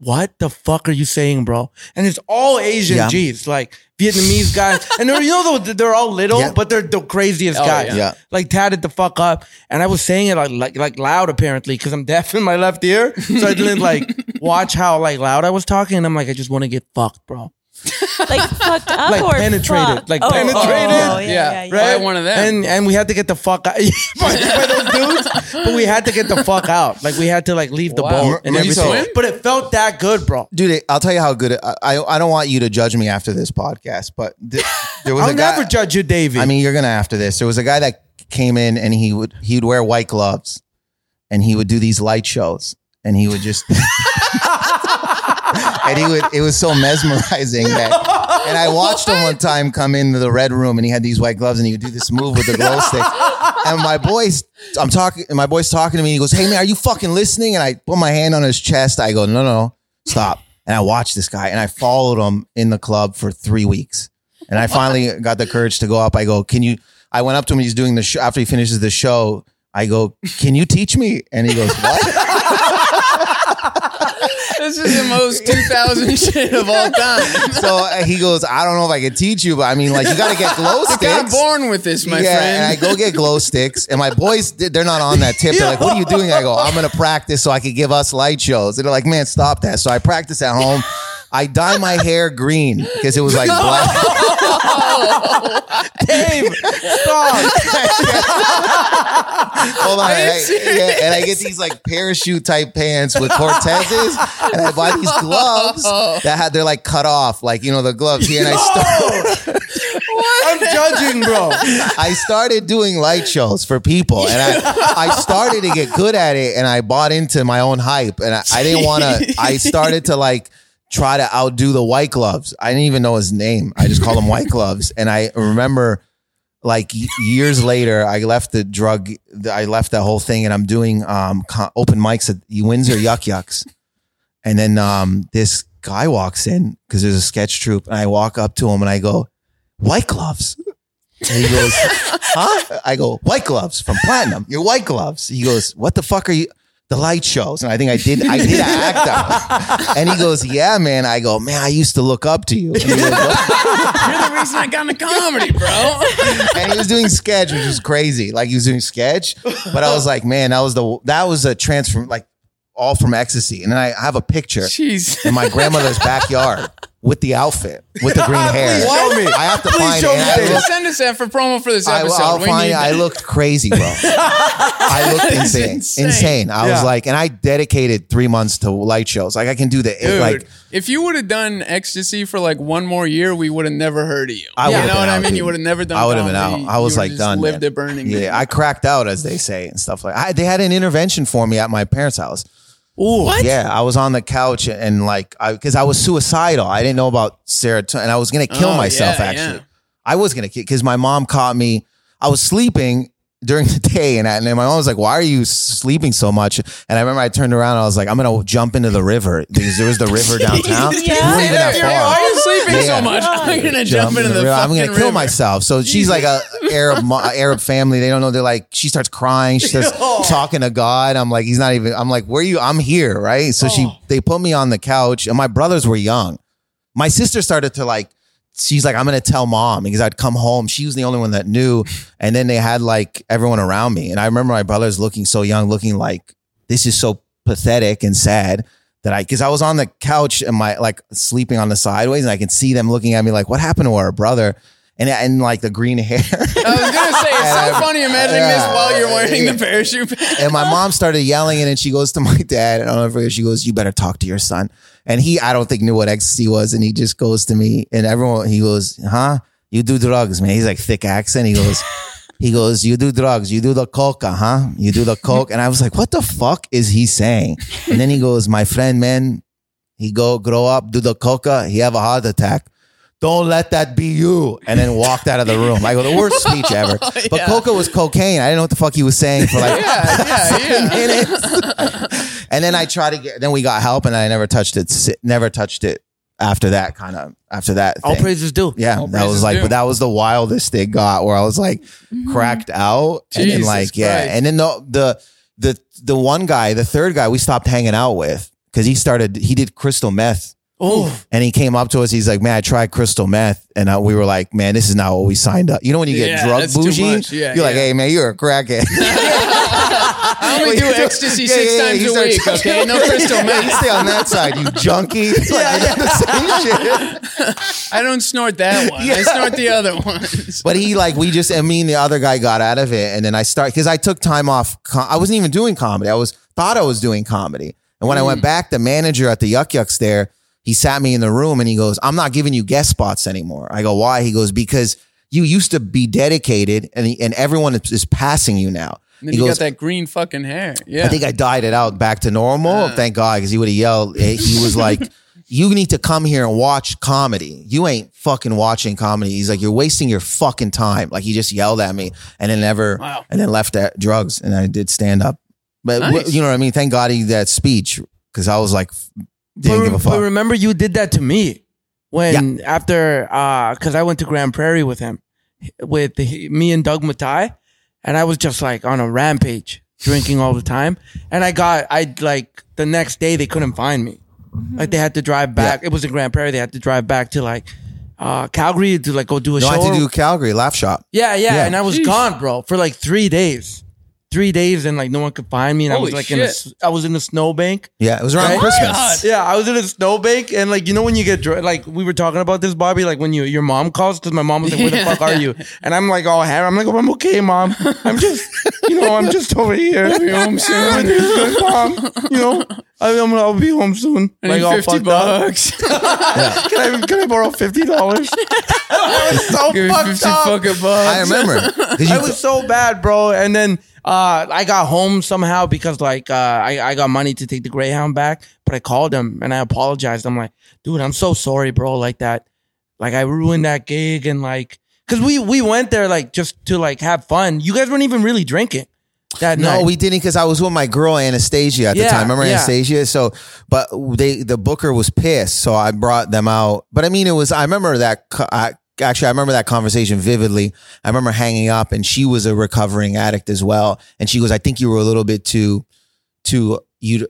[SPEAKER 4] "What the fuck are you saying, bro?" And it's all Asian
[SPEAKER 3] Yeah.
[SPEAKER 4] G's, like Vietnamese
[SPEAKER 3] (laughs)
[SPEAKER 4] guys, and they're you know they're, they're all little,
[SPEAKER 3] Yeah.
[SPEAKER 4] but they're the craziest
[SPEAKER 1] Oh,
[SPEAKER 4] guys.
[SPEAKER 1] yeah.
[SPEAKER 3] Yeah.
[SPEAKER 4] like tatted the fuck up. And I was saying it like like, like loud apparently because I'm deaf in my left ear, so I
[SPEAKER 1] (laughs)
[SPEAKER 4] didn't like watch how like loud I was talking. And I'm like, I just want to get fucked, bro.
[SPEAKER 2] like fucked up
[SPEAKER 4] Like
[SPEAKER 2] or
[SPEAKER 4] penetrated,
[SPEAKER 2] fucked?
[SPEAKER 4] like penetrated.
[SPEAKER 2] Oh, yeah, yeah,
[SPEAKER 1] Yeah.
[SPEAKER 2] yeah.
[SPEAKER 1] Buy one of them.
[SPEAKER 4] And and we had to get the fuck out (laughs) by, by those
[SPEAKER 1] (laughs)
[SPEAKER 4] dudes, but we had to get the fuck out. Like we had to like leave the
[SPEAKER 1] Wow.
[SPEAKER 4] boat and
[SPEAKER 3] Were you
[SPEAKER 4] everything.
[SPEAKER 1] swim?
[SPEAKER 4] But it felt that good, bro.
[SPEAKER 3] dude, I'll tell you how good. It, I I I don't want you to judge me after this podcast, but th- there was
[SPEAKER 4] I'll
[SPEAKER 3] a guy.
[SPEAKER 4] never judge you, Davey.
[SPEAKER 3] I mean, you're gonna after this. There was a guy that came in and he would he would wear white gloves, and he would do these light shows, and he would just. (laughs) and he would it was so mesmerizing that and I watched him one time come into the red room and he had these white gloves and he would do this move with the glow stick. And my boy's I'm talking my boy's talking to me and he goes, Hey man, are you fucking listening? And I put my hand on his chest. I go, No, no, stop. And I watched this guy and I followed him in the club for three weeks. And I finally got the courage to go up. I go, Can you I went up to him, he's doing the show after he finishes the show. I go, Can you teach me? And he goes, What?
[SPEAKER 1] (laughs) This is the most
[SPEAKER 3] (laughs)
[SPEAKER 1] 2000 shit of all time.
[SPEAKER 3] So uh, he goes, I don't know if I can teach you, but I mean, like, you got to
[SPEAKER 1] (laughs)
[SPEAKER 3] get glow
[SPEAKER 1] Got
[SPEAKER 3] sticks.
[SPEAKER 1] born with this, my
[SPEAKER 3] yeah, and I
[SPEAKER 1] friend.
[SPEAKER 3] go get glow sticks, and my boys, they- they're not on that tip. They're like, "What are you doing?" I go, "I'm gonna practice so I could give us light shows." And they're like, "Man, stop that!" So I practice at home. I dye my hair green because it was like black.
[SPEAKER 4] Dave, stop.
[SPEAKER 3] Hold on, and I,
[SPEAKER 1] serious?
[SPEAKER 3] yeah, and I get these like parachute type pants with Cortezes, and I buy these gloves that had they're like cut off, like you know the gloves here, and I start.
[SPEAKER 4] I'm judging, bro.
[SPEAKER 3] I started doing light shows for people, and I, I started to get good at it, and I bought into my own hype, and I, I didn't want to. I started to like try to outdo the White Gloves. I didn't even know his name. I just called him White Gloves, and I remember like y- years later, I left the drug. I left that whole thing, and I'm doing um co- open mics at Windsor Yuck Yucks, and then um this guy walks in because there's a sketch troupe, and I walk up to him and I go. White gloves. And he goes, huh? I go, white gloves from platinum. Your white gloves. He goes, what the fuck are you? The light shows. And I think I did, I did act up. And he goes, yeah, man. I go, man, I used to look up to you. And he, goes, "What?"
[SPEAKER 1] (laughs) You're the reason I got into comedy,
[SPEAKER 3] (laughs)
[SPEAKER 1] bro.
[SPEAKER 3] And he was doing sketch, which was crazy. Like he was doing sketch. But I was like, man, that was the, that was a transform, like all from ecstasy. And then I have a picture
[SPEAKER 1] Jeez.
[SPEAKER 3] in my grandmother's backyard with the outfit, with the
[SPEAKER 4] (laughs)
[SPEAKER 3] green hair.
[SPEAKER 4] show me.
[SPEAKER 3] I have to
[SPEAKER 4] Please
[SPEAKER 3] find
[SPEAKER 4] show
[SPEAKER 3] it. And
[SPEAKER 4] me
[SPEAKER 3] I
[SPEAKER 4] this.
[SPEAKER 3] look-
[SPEAKER 1] Send us that for promo for this
[SPEAKER 3] I,
[SPEAKER 1] episode.
[SPEAKER 3] I'll
[SPEAKER 1] We
[SPEAKER 3] find.
[SPEAKER 1] need
[SPEAKER 3] I
[SPEAKER 1] that.
[SPEAKER 3] looked
[SPEAKER 1] (laughs)
[SPEAKER 3] crazy, bro. I looked
[SPEAKER 1] That's
[SPEAKER 3] insane,
[SPEAKER 1] insane.
[SPEAKER 3] insane. I was
[SPEAKER 4] Yeah.
[SPEAKER 3] like, and I dedicated three months to light shows. Like I can do the
[SPEAKER 1] Dude,
[SPEAKER 3] like.
[SPEAKER 1] if you would have done ecstasy for like one more year, we would have never heard of you.
[SPEAKER 3] I
[SPEAKER 1] you
[SPEAKER 3] would've
[SPEAKER 1] know
[SPEAKER 3] been
[SPEAKER 1] what I
[SPEAKER 3] out,
[SPEAKER 1] mean? You
[SPEAKER 3] dude.
[SPEAKER 1] would have never done.
[SPEAKER 3] I would've been
[SPEAKER 1] comedy.
[SPEAKER 3] out. I was,
[SPEAKER 1] You
[SPEAKER 3] like,
[SPEAKER 1] would've just
[SPEAKER 3] done,
[SPEAKER 1] Lived
[SPEAKER 3] man.
[SPEAKER 1] at Burning. Man.
[SPEAKER 3] Yeah, I cracked out as they say and stuff like. I, they had an intervention for me at my parents' house.
[SPEAKER 4] Ooh, what?
[SPEAKER 3] Yeah, I was on the couch and like, I because I was suicidal. I didn't know about serotonin, and I was gonna kill
[SPEAKER 1] Oh,
[SPEAKER 3] myself.
[SPEAKER 1] yeah,
[SPEAKER 3] actually,
[SPEAKER 1] yeah.
[SPEAKER 3] I was gonna kill because my mom caught me. I was sleeping during the day, and, I, and then my mom was like, "Why are you sleeping so much?" And I remember I turned around. and I was like, "I'm gonna jump into the river because there was the
[SPEAKER 1] (laughs)
[SPEAKER 3] river downtown.
[SPEAKER 2] Yeah.
[SPEAKER 3] It wasn't even that
[SPEAKER 1] Hey,
[SPEAKER 3] far.
[SPEAKER 1] Why are you sleeping
[SPEAKER 3] Yeah.
[SPEAKER 1] so much? (laughs) I'm gonna jump, into the.
[SPEAKER 3] river. I'm gonna
[SPEAKER 1] fucking
[SPEAKER 3] kill
[SPEAKER 1] river.
[SPEAKER 3] myself. So she's like a Arab mo- Arab family. They don't know. They're like she starts crying. She starts talking to God. I'm like he's not even. I'm like where you? I'm here, right? So she they put me on the couch, and my brothers were young. My sister started to like. She's like, I'm gonna tell mom because I'd come home. She was the only one that knew, and then they had like everyone around me. And I remember my brothers looking so young, looking like this is so pathetic and sad that I because I was on the couch and my like sleeping on the sideways and I can see them looking at me like what happened to our brother and and like the green hair.
[SPEAKER 1] I was gonna say it's so
[SPEAKER 3] Yeah.
[SPEAKER 1] funny imagining this
[SPEAKER 3] Yeah.
[SPEAKER 1] while you're wearing the
[SPEAKER 3] (laughs)
[SPEAKER 1] parachute pants.
[SPEAKER 3] and my mom started yelling, and then she goes to my dad, and I don't forget. She goes, "You better talk to your son." And he, I don't think knew what ecstasy was, and he just goes to me, and everyone, he goes, "Huh? You do drugs, man?" He's like thick accent. He goes. (laughs) He goes, you do drugs, you do the coca, huh? You do the coke, and I was like, what the fuck is he saying? And then he goes, my friend, man, he go grow up, do the coca, he have a heart attack. Don't let that be you. And then walked out of the room. I go, the worst speech ever. But
[SPEAKER 1] Yeah.
[SPEAKER 3] coca was cocaine. I didn't know what the fuck he was saying for like
[SPEAKER 1] Yeah,
[SPEAKER 3] (laughs)
[SPEAKER 1] yeah, yeah. (laughs)
[SPEAKER 3] minutes. and then I try to get. Then we got help, and I never touched it. si- Never touched it after that. Kind of after that.
[SPEAKER 4] All
[SPEAKER 3] thing.
[SPEAKER 4] praises due.
[SPEAKER 3] yeah,
[SPEAKER 1] all
[SPEAKER 3] that
[SPEAKER 1] praises
[SPEAKER 3] was like,
[SPEAKER 1] due.
[SPEAKER 3] but that was the wildest they got. Where I was like cracked out, and then
[SPEAKER 1] Jesus
[SPEAKER 3] like yeah,
[SPEAKER 1] Christ.
[SPEAKER 3] and then the the the the one guy, the third guy, we stopped hanging out with because he started. He did crystal meth.
[SPEAKER 4] Oh,
[SPEAKER 3] And he came up to us. He's like, "Man, I tried crystal meth," and uh, we were like, "Man, this is not what we signed up." You know when you get
[SPEAKER 1] Yeah,
[SPEAKER 3] drug
[SPEAKER 1] that's too
[SPEAKER 3] bougie,
[SPEAKER 1] much. Yeah,
[SPEAKER 3] you're like,
[SPEAKER 1] yeah.
[SPEAKER 3] "Hey, man, you're a crackhead."
[SPEAKER 1] I only do
[SPEAKER 3] Yeah,
[SPEAKER 1] ecstasy
[SPEAKER 3] yeah,
[SPEAKER 1] six
[SPEAKER 3] yeah,
[SPEAKER 1] times
[SPEAKER 3] he's
[SPEAKER 1] a
[SPEAKER 3] like-
[SPEAKER 1] week. Okay,
[SPEAKER 3] (laughs)
[SPEAKER 1] no crystal
[SPEAKER 3] Yeah, you
[SPEAKER 1] meth.
[SPEAKER 3] stay on that side, you
[SPEAKER 1] (laughs)
[SPEAKER 3] junkie. It's like, I did (laughs) the same shit.
[SPEAKER 1] I don't snort that one. I
[SPEAKER 3] Yeah.
[SPEAKER 1] snort the other ones.
[SPEAKER 3] But he like we just and me and the other guy got out of it, and then I start because I took time off. Com- I wasn't even doing comedy. I was thought I was doing comedy, and when I
[SPEAKER 1] Mm.
[SPEAKER 3] went back, the manager at the Yuck Yucks there, he sat me in the room and he goes, "I'm not giving you guest spots anymore." I go, "Why?" He goes, "Because you used to be dedicated, and and everyone is, is passing you now."
[SPEAKER 1] And then you got that green fucking hair. Yeah.
[SPEAKER 3] I think I died it out back to normal. Thank God, because he would have yelled. He was like, "You need to come here and watch comedy. You ain't fucking watching comedy." He's like, "You're wasting your fucking time." Like he just yelled at me, and then never,
[SPEAKER 1] Wow.
[SPEAKER 3] and then left at drugs, and I did stand up. But
[SPEAKER 1] Nice.
[SPEAKER 3] wh- you know what I mean? Thank God he did that speech because I was like, f- didn't
[SPEAKER 4] but,
[SPEAKER 3] give a
[SPEAKER 4] but
[SPEAKER 3] fuck.
[SPEAKER 4] remember, you did that to me when after because I went to Grand Prairie with him, with the, me and Doug Matai, and I was just like on a rampage, drinking all the time, and I got I like the next day they couldn't find me, like they had to drive back. It was in Grand Prairie. They had to drive back to like uh, Calgary to like go do a
[SPEAKER 3] No,
[SPEAKER 4] show.
[SPEAKER 3] I had
[SPEAKER 4] or-
[SPEAKER 3] to do Calgary Laugh Shop.
[SPEAKER 4] yeah, yeah,
[SPEAKER 3] Yeah.
[SPEAKER 4] and I was
[SPEAKER 1] Jeez.
[SPEAKER 4] gone, bro, for like three days. Three days and like no one could find me, and I was
[SPEAKER 1] Holy
[SPEAKER 4] like in a,
[SPEAKER 1] shit.
[SPEAKER 4] s- I was in a snowbank,
[SPEAKER 3] Yeah, it was around
[SPEAKER 4] Right?
[SPEAKER 3] Christmas.
[SPEAKER 4] yeah, I was in a snowbank, and like you know when you get dr- like we were talking about this, Bobby, like when you your mom calls because my mom was like,
[SPEAKER 1] (laughs)
[SPEAKER 4] "Where the fuck are you?" And I'm like, "Oh, Harry," I'm like, oh, "I'm okay, mom. I'm just, you know, I'm just over here. I'll be (laughs) home soon, mom. You know, I mean, I'm, I'll be home soon.
[SPEAKER 1] I need
[SPEAKER 4] all
[SPEAKER 1] 50
[SPEAKER 4] fucked
[SPEAKER 3] (laughs)
[SPEAKER 4] up.
[SPEAKER 1] bucks.
[SPEAKER 4] (laughs) Can I can I borrow fifty dollars? (laughs) I was so
[SPEAKER 1] Give me
[SPEAKER 4] fucked
[SPEAKER 1] 50
[SPEAKER 4] up.
[SPEAKER 1] fucking bucks.
[SPEAKER 3] I
[SPEAKER 1] (laughs)
[SPEAKER 3] remember. 'Cause you-
[SPEAKER 4] It was so bad, bro. And then uh, I got home somehow because like uh, I, I got money to take the Greyhound back, but I called him and I apologized. I'm like, dude, I'm so sorry, bro. Like that, like I ruined that gig and like, cause we we went there like just to like have fun. You guys weren't even really drinking that
[SPEAKER 3] No,
[SPEAKER 4] night.
[SPEAKER 3] we didn't because I was with my girl Anastasia at the
[SPEAKER 4] Yeah,
[SPEAKER 3] time. Remember
[SPEAKER 4] yeah.
[SPEAKER 3] Anastasia? So, but they the booker was pissed, so I brought them out. But I mean, it was I remember that. co- I, actually, I remember that conversation vividly. I remember hanging up, and she was a recovering addict as well, and she goes, "I think you were a little bit too, too you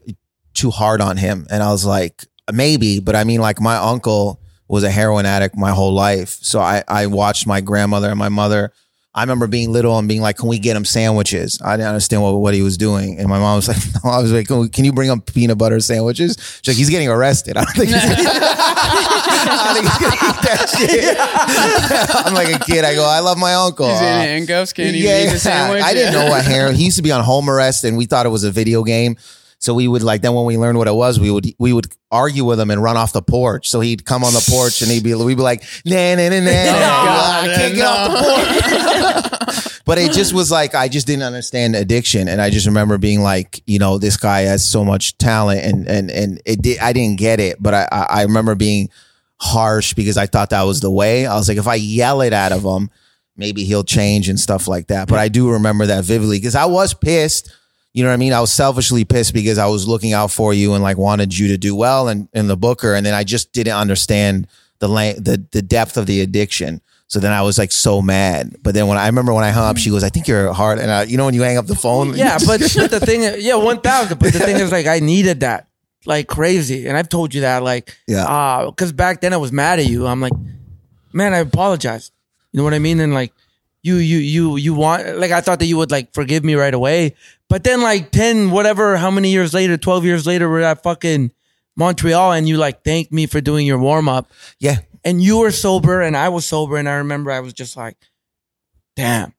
[SPEAKER 3] too hard on him," and I was like, "Maybe," but I mean, like my uncle was a heroin addict my whole life, so I I watched my grandmother and my mother. I remember being little and being like, "Can we get him sandwiches?" I didn't understand what, what he was doing, and my mom was like, (laughs) no. "I was like, can, we- can you bring him peanut butter sandwiches?" She's like, "He's getting arrested. (laughs) I don't think (laughs) he's, I don't think he's gonna eat that shit." (laughs) I'm like a kid. I go, "I love my uncle."
[SPEAKER 1] He's in
[SPEAKER 3] Uh,
[SPEAKER 1] handcuffs. Can't even eat a sandwich.
[SPEAKER 3] (laughs)
[SPEAKER 1] Oh,
[SPEAKER 3] I didn't
[SPEAKER 1] (laughs)
[SPEAKER 3] know what heroin. He used to be on home arrest, and we thought it was a video game. So we would like then when we learned what it was, we would we would argue with him and run off the porch. So he'd come on the porch and he'd be we'd be like,
[SPEAKER 1] (laughs)
[SPEAKER 3] nah nah nah nah, nah,
[SPEAKER 1] Oh, God,
[SPEAKER 3] I can't get off the porch. but it just was like I just didn't understand addiction, and I just remember being like, you know, this guy has so much talent, and and and it did I didn't get it, but I I, I remember being harsh because I thought that was the way. I was like, if I yell it out of him, maybe he'll change and stuff like that. But I do remember that vividly because I was pissed. You know what I mean? I was selfishly pissed because I was looking out for you and like wanted you to do well and in the booker, and then I just didn't understand the la- the the depth of the addiction. So then I was like so mad. But then when I, I remember when I hung up, she goes, "I think you're hard." And I, you know when you hang up the phone,
[SPEAKER 4] (laughs) yeah,
[SPEAKER 3] (laughs)
[SPEAKER 4] but but the thing, yeah, one thousand. But the thing is, like, I needed that like crazy, and I've told you that, like,
[SPEAKER 3] Yeah.
[SPEAKER 4] because Uh, back then I was mad at you. I'm like, man, I apologize. You know what I mean? And like, you you you you want like I thought that you would like forgive me right away, but then like ten whatever how many years later, twelve years later, we're at fucking. Montreal and you like thanked me for doing your warm up.
[SPEAKER 3] Yeah.
[SPEAKER 4] And you were sober and I was sober and I remember I was just like, damn.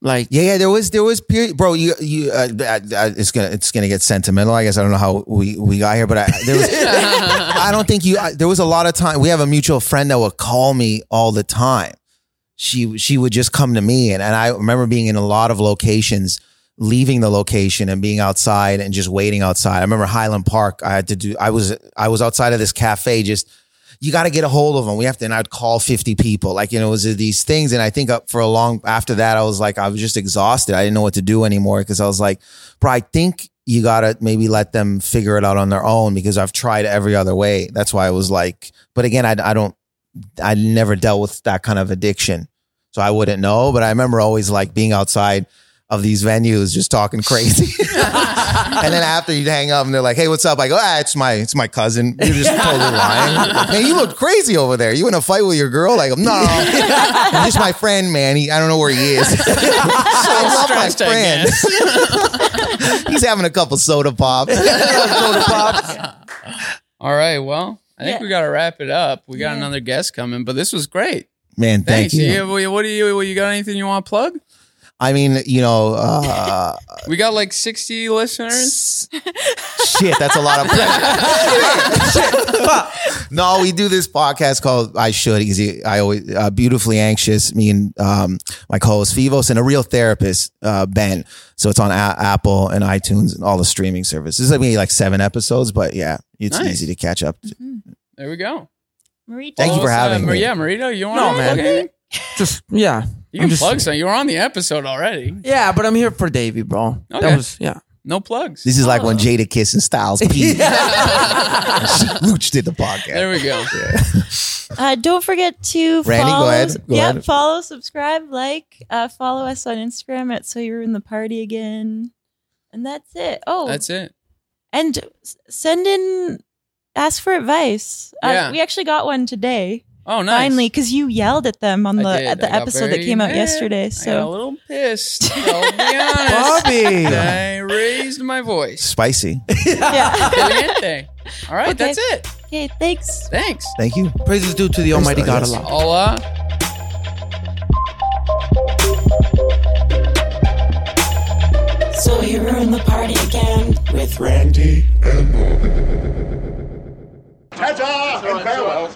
[SPEAKER 4] Like
[SPEAKER 3] Yeah, yeah, there was there was period, bro. You you, uh, I, I, it's gonna it's gonna get sentimental. I guess I don't know how we we got here, but I there was I don't think you. I, there was a lot of time. We have a mutual friend that would call me all the time. She she would just come to me, and and I remember being in a lot of locations, leaving the location and being outside and just waiting outside. I remember Highland Park. I had to do. I was I was outside of this cafe just you got to get a hold of them. We have to, and I'd call 50 people. Like, you know, it was these things. And I think up for a long, after that, I was like, I was just exhausted. I didn't know what to do anymore because I was like, bro, I think you got to maybe let them figure it out on their own because I've tried every other way. That's why I was like, but again, I, I don't, I never dealt with that kind of addiction. So I wouldn't know. But I remember always like being outside of these venues just talking crazy. and then after you'd hang up and they're like, hey, what's up? I go, ah, it's my it's my cousin. You're just totally lying. Man, you look crazy over there. You in a fight with your girl? Like, no, he's just my friend, man. He, I don't know where he is. (laughs) I love my
[SPEAKER 1] stressed, I
[SPEAKER 3] friend. (laughs) he's having a couple soda pop. soda pops.
[SPEAKER 1] All right. Well, I think
[SPEAKER 2] Yeah.
[SPEAKER 1] we got to wrap it up. We got another guest coming, but this was great.
[SPEAKER 3] Man, thank
[SPEAKER 1] Thanks.
[SPEAKER 3] you.
[SPEAKER 1] Yeah, well, what do you? You got anything you want to plug?
[SPEAKER 3] I mean, you know, uh,
[SPEAKER 1] We got like sixty listeners.
[SPEAKER 3] shit, that's a lot of
[SPEAKER 1] (laughs)
[SPEAKER 3] no, we do this podcast called I Should Easy. I always uh, beautifully anxious. Me and um, my co-host Fivos and a real therapist uh, Ben. So it's on a- Apple and iTunes and all the streaming services. I mean, like seven episodes, but yeah, it's
[SPEAKER 1] Nice.
[SPEAKER 3] easy to catch up. to.
[SPEAKER 1] There we go.
[SPEAKER 2] Marita.
[SPEAKER 3] Thank you for
[SPEAKER 1] Well, uh,
[SPEAKER 3] having me.
[SPEAKER 1] Yeah, Marito, you want
[SPEAKER 4] No,
[SPEAKER 1] to
[SPEAKER 4] man.
[SPEAKER 1] plug anything?
[SPEAKER 4] just yeah.
[SPEAKER 1] You
[SPEAKER 4] I'm
[SPEAKER 1] can
[SPEAKER 4] just-
[SPEAKER 1] plug something. You were on the episode already.
[SPEAKER 4] Yeah, but I'm here for Davey, bro.
[SPEAKER 1] Okay.
[SPEAKER 4] That was (laughs) yeah.
[SPEAKER 1] No plugs.
[SPEAKER 3] This is like when Jada Kiss
[SPEAKER 1] (laughs)
[SPEAKER 3] and Styles P. (laughs) Looch did the
[SPEAKER 1] There
[SPEAKER 3] podcast.
[SPEAKER 1] we
[SPEAKER 3] (laughs)
[SPEAKER 1] go.
[SPEAKER 2] Uh, don't forget to
[SPEAKER 3] Randy, go
[SPEAKER 2] follow.
[SPEAKER 3] ahead. Go
[SPEAKER 2] yeah,
[SPEAKER 3] ahead.
[SPEAKER 2] follow, subscribe, like, uh, follow us on Instagram at So You're in the Party Again, and that's it. Oh,
[SPEAKER 1] That's it.
[SPEAKER 2] and s- send in, ask for advice. Uh,
[SPEAKER 1] Yeah.
[SPEAKER 2] we actually got one today
[SPEAKER 1] Oh, nice.
[SPEAKER 2] finally because you yelled at them on
[SPEAKER 1] I
[SPEAKER 2] the
[SPEAKER 1] did.
[SPEAKER 2] at
[SPEAKER 1] I
[SPEAKER 2] the
[SPEAKER 1] got
[SPEAKER 2] episode that
[SPEAKER 1] very
[SPEAKER 2] came out
[SPEAKER 1] mad.
[SPEAKER 2] yesterday.
[SPEAKER 1] I got a
[SPEAKER 2] So
[SPEAKER 1] little
[SPEAKER 2] (laughs)
[SPEAKER 1] pissed. I'll be honest.
[SPEAKER 4] Bobby.
[SPEAKER 1] I raised my
[SPEAKER 2] (laughs)
[SPEAKER 1] voice.
[SPEAKER 3] Spicy.
[SPEAKER 2] yeah.
[SPEAKER 1] Caliente. All right,
[SPEAKER 2] Okay.
[SPEAKER 1] that's it.
[SPEAKER 2] okay, thanks.
[SPEAKER 1] Thanks.
[SPEAKER 3] Thank you.
[SPEAKER 4] Praise is due to the Almighty God
[SPEAKER 3] yes.
[SPEAKER 4] alone.
[SPEAKER 1] Hola.
[SPEAKER 5] So he ruined the party again with Randy.
[SPEAKER 6] Ta-ta and farewell.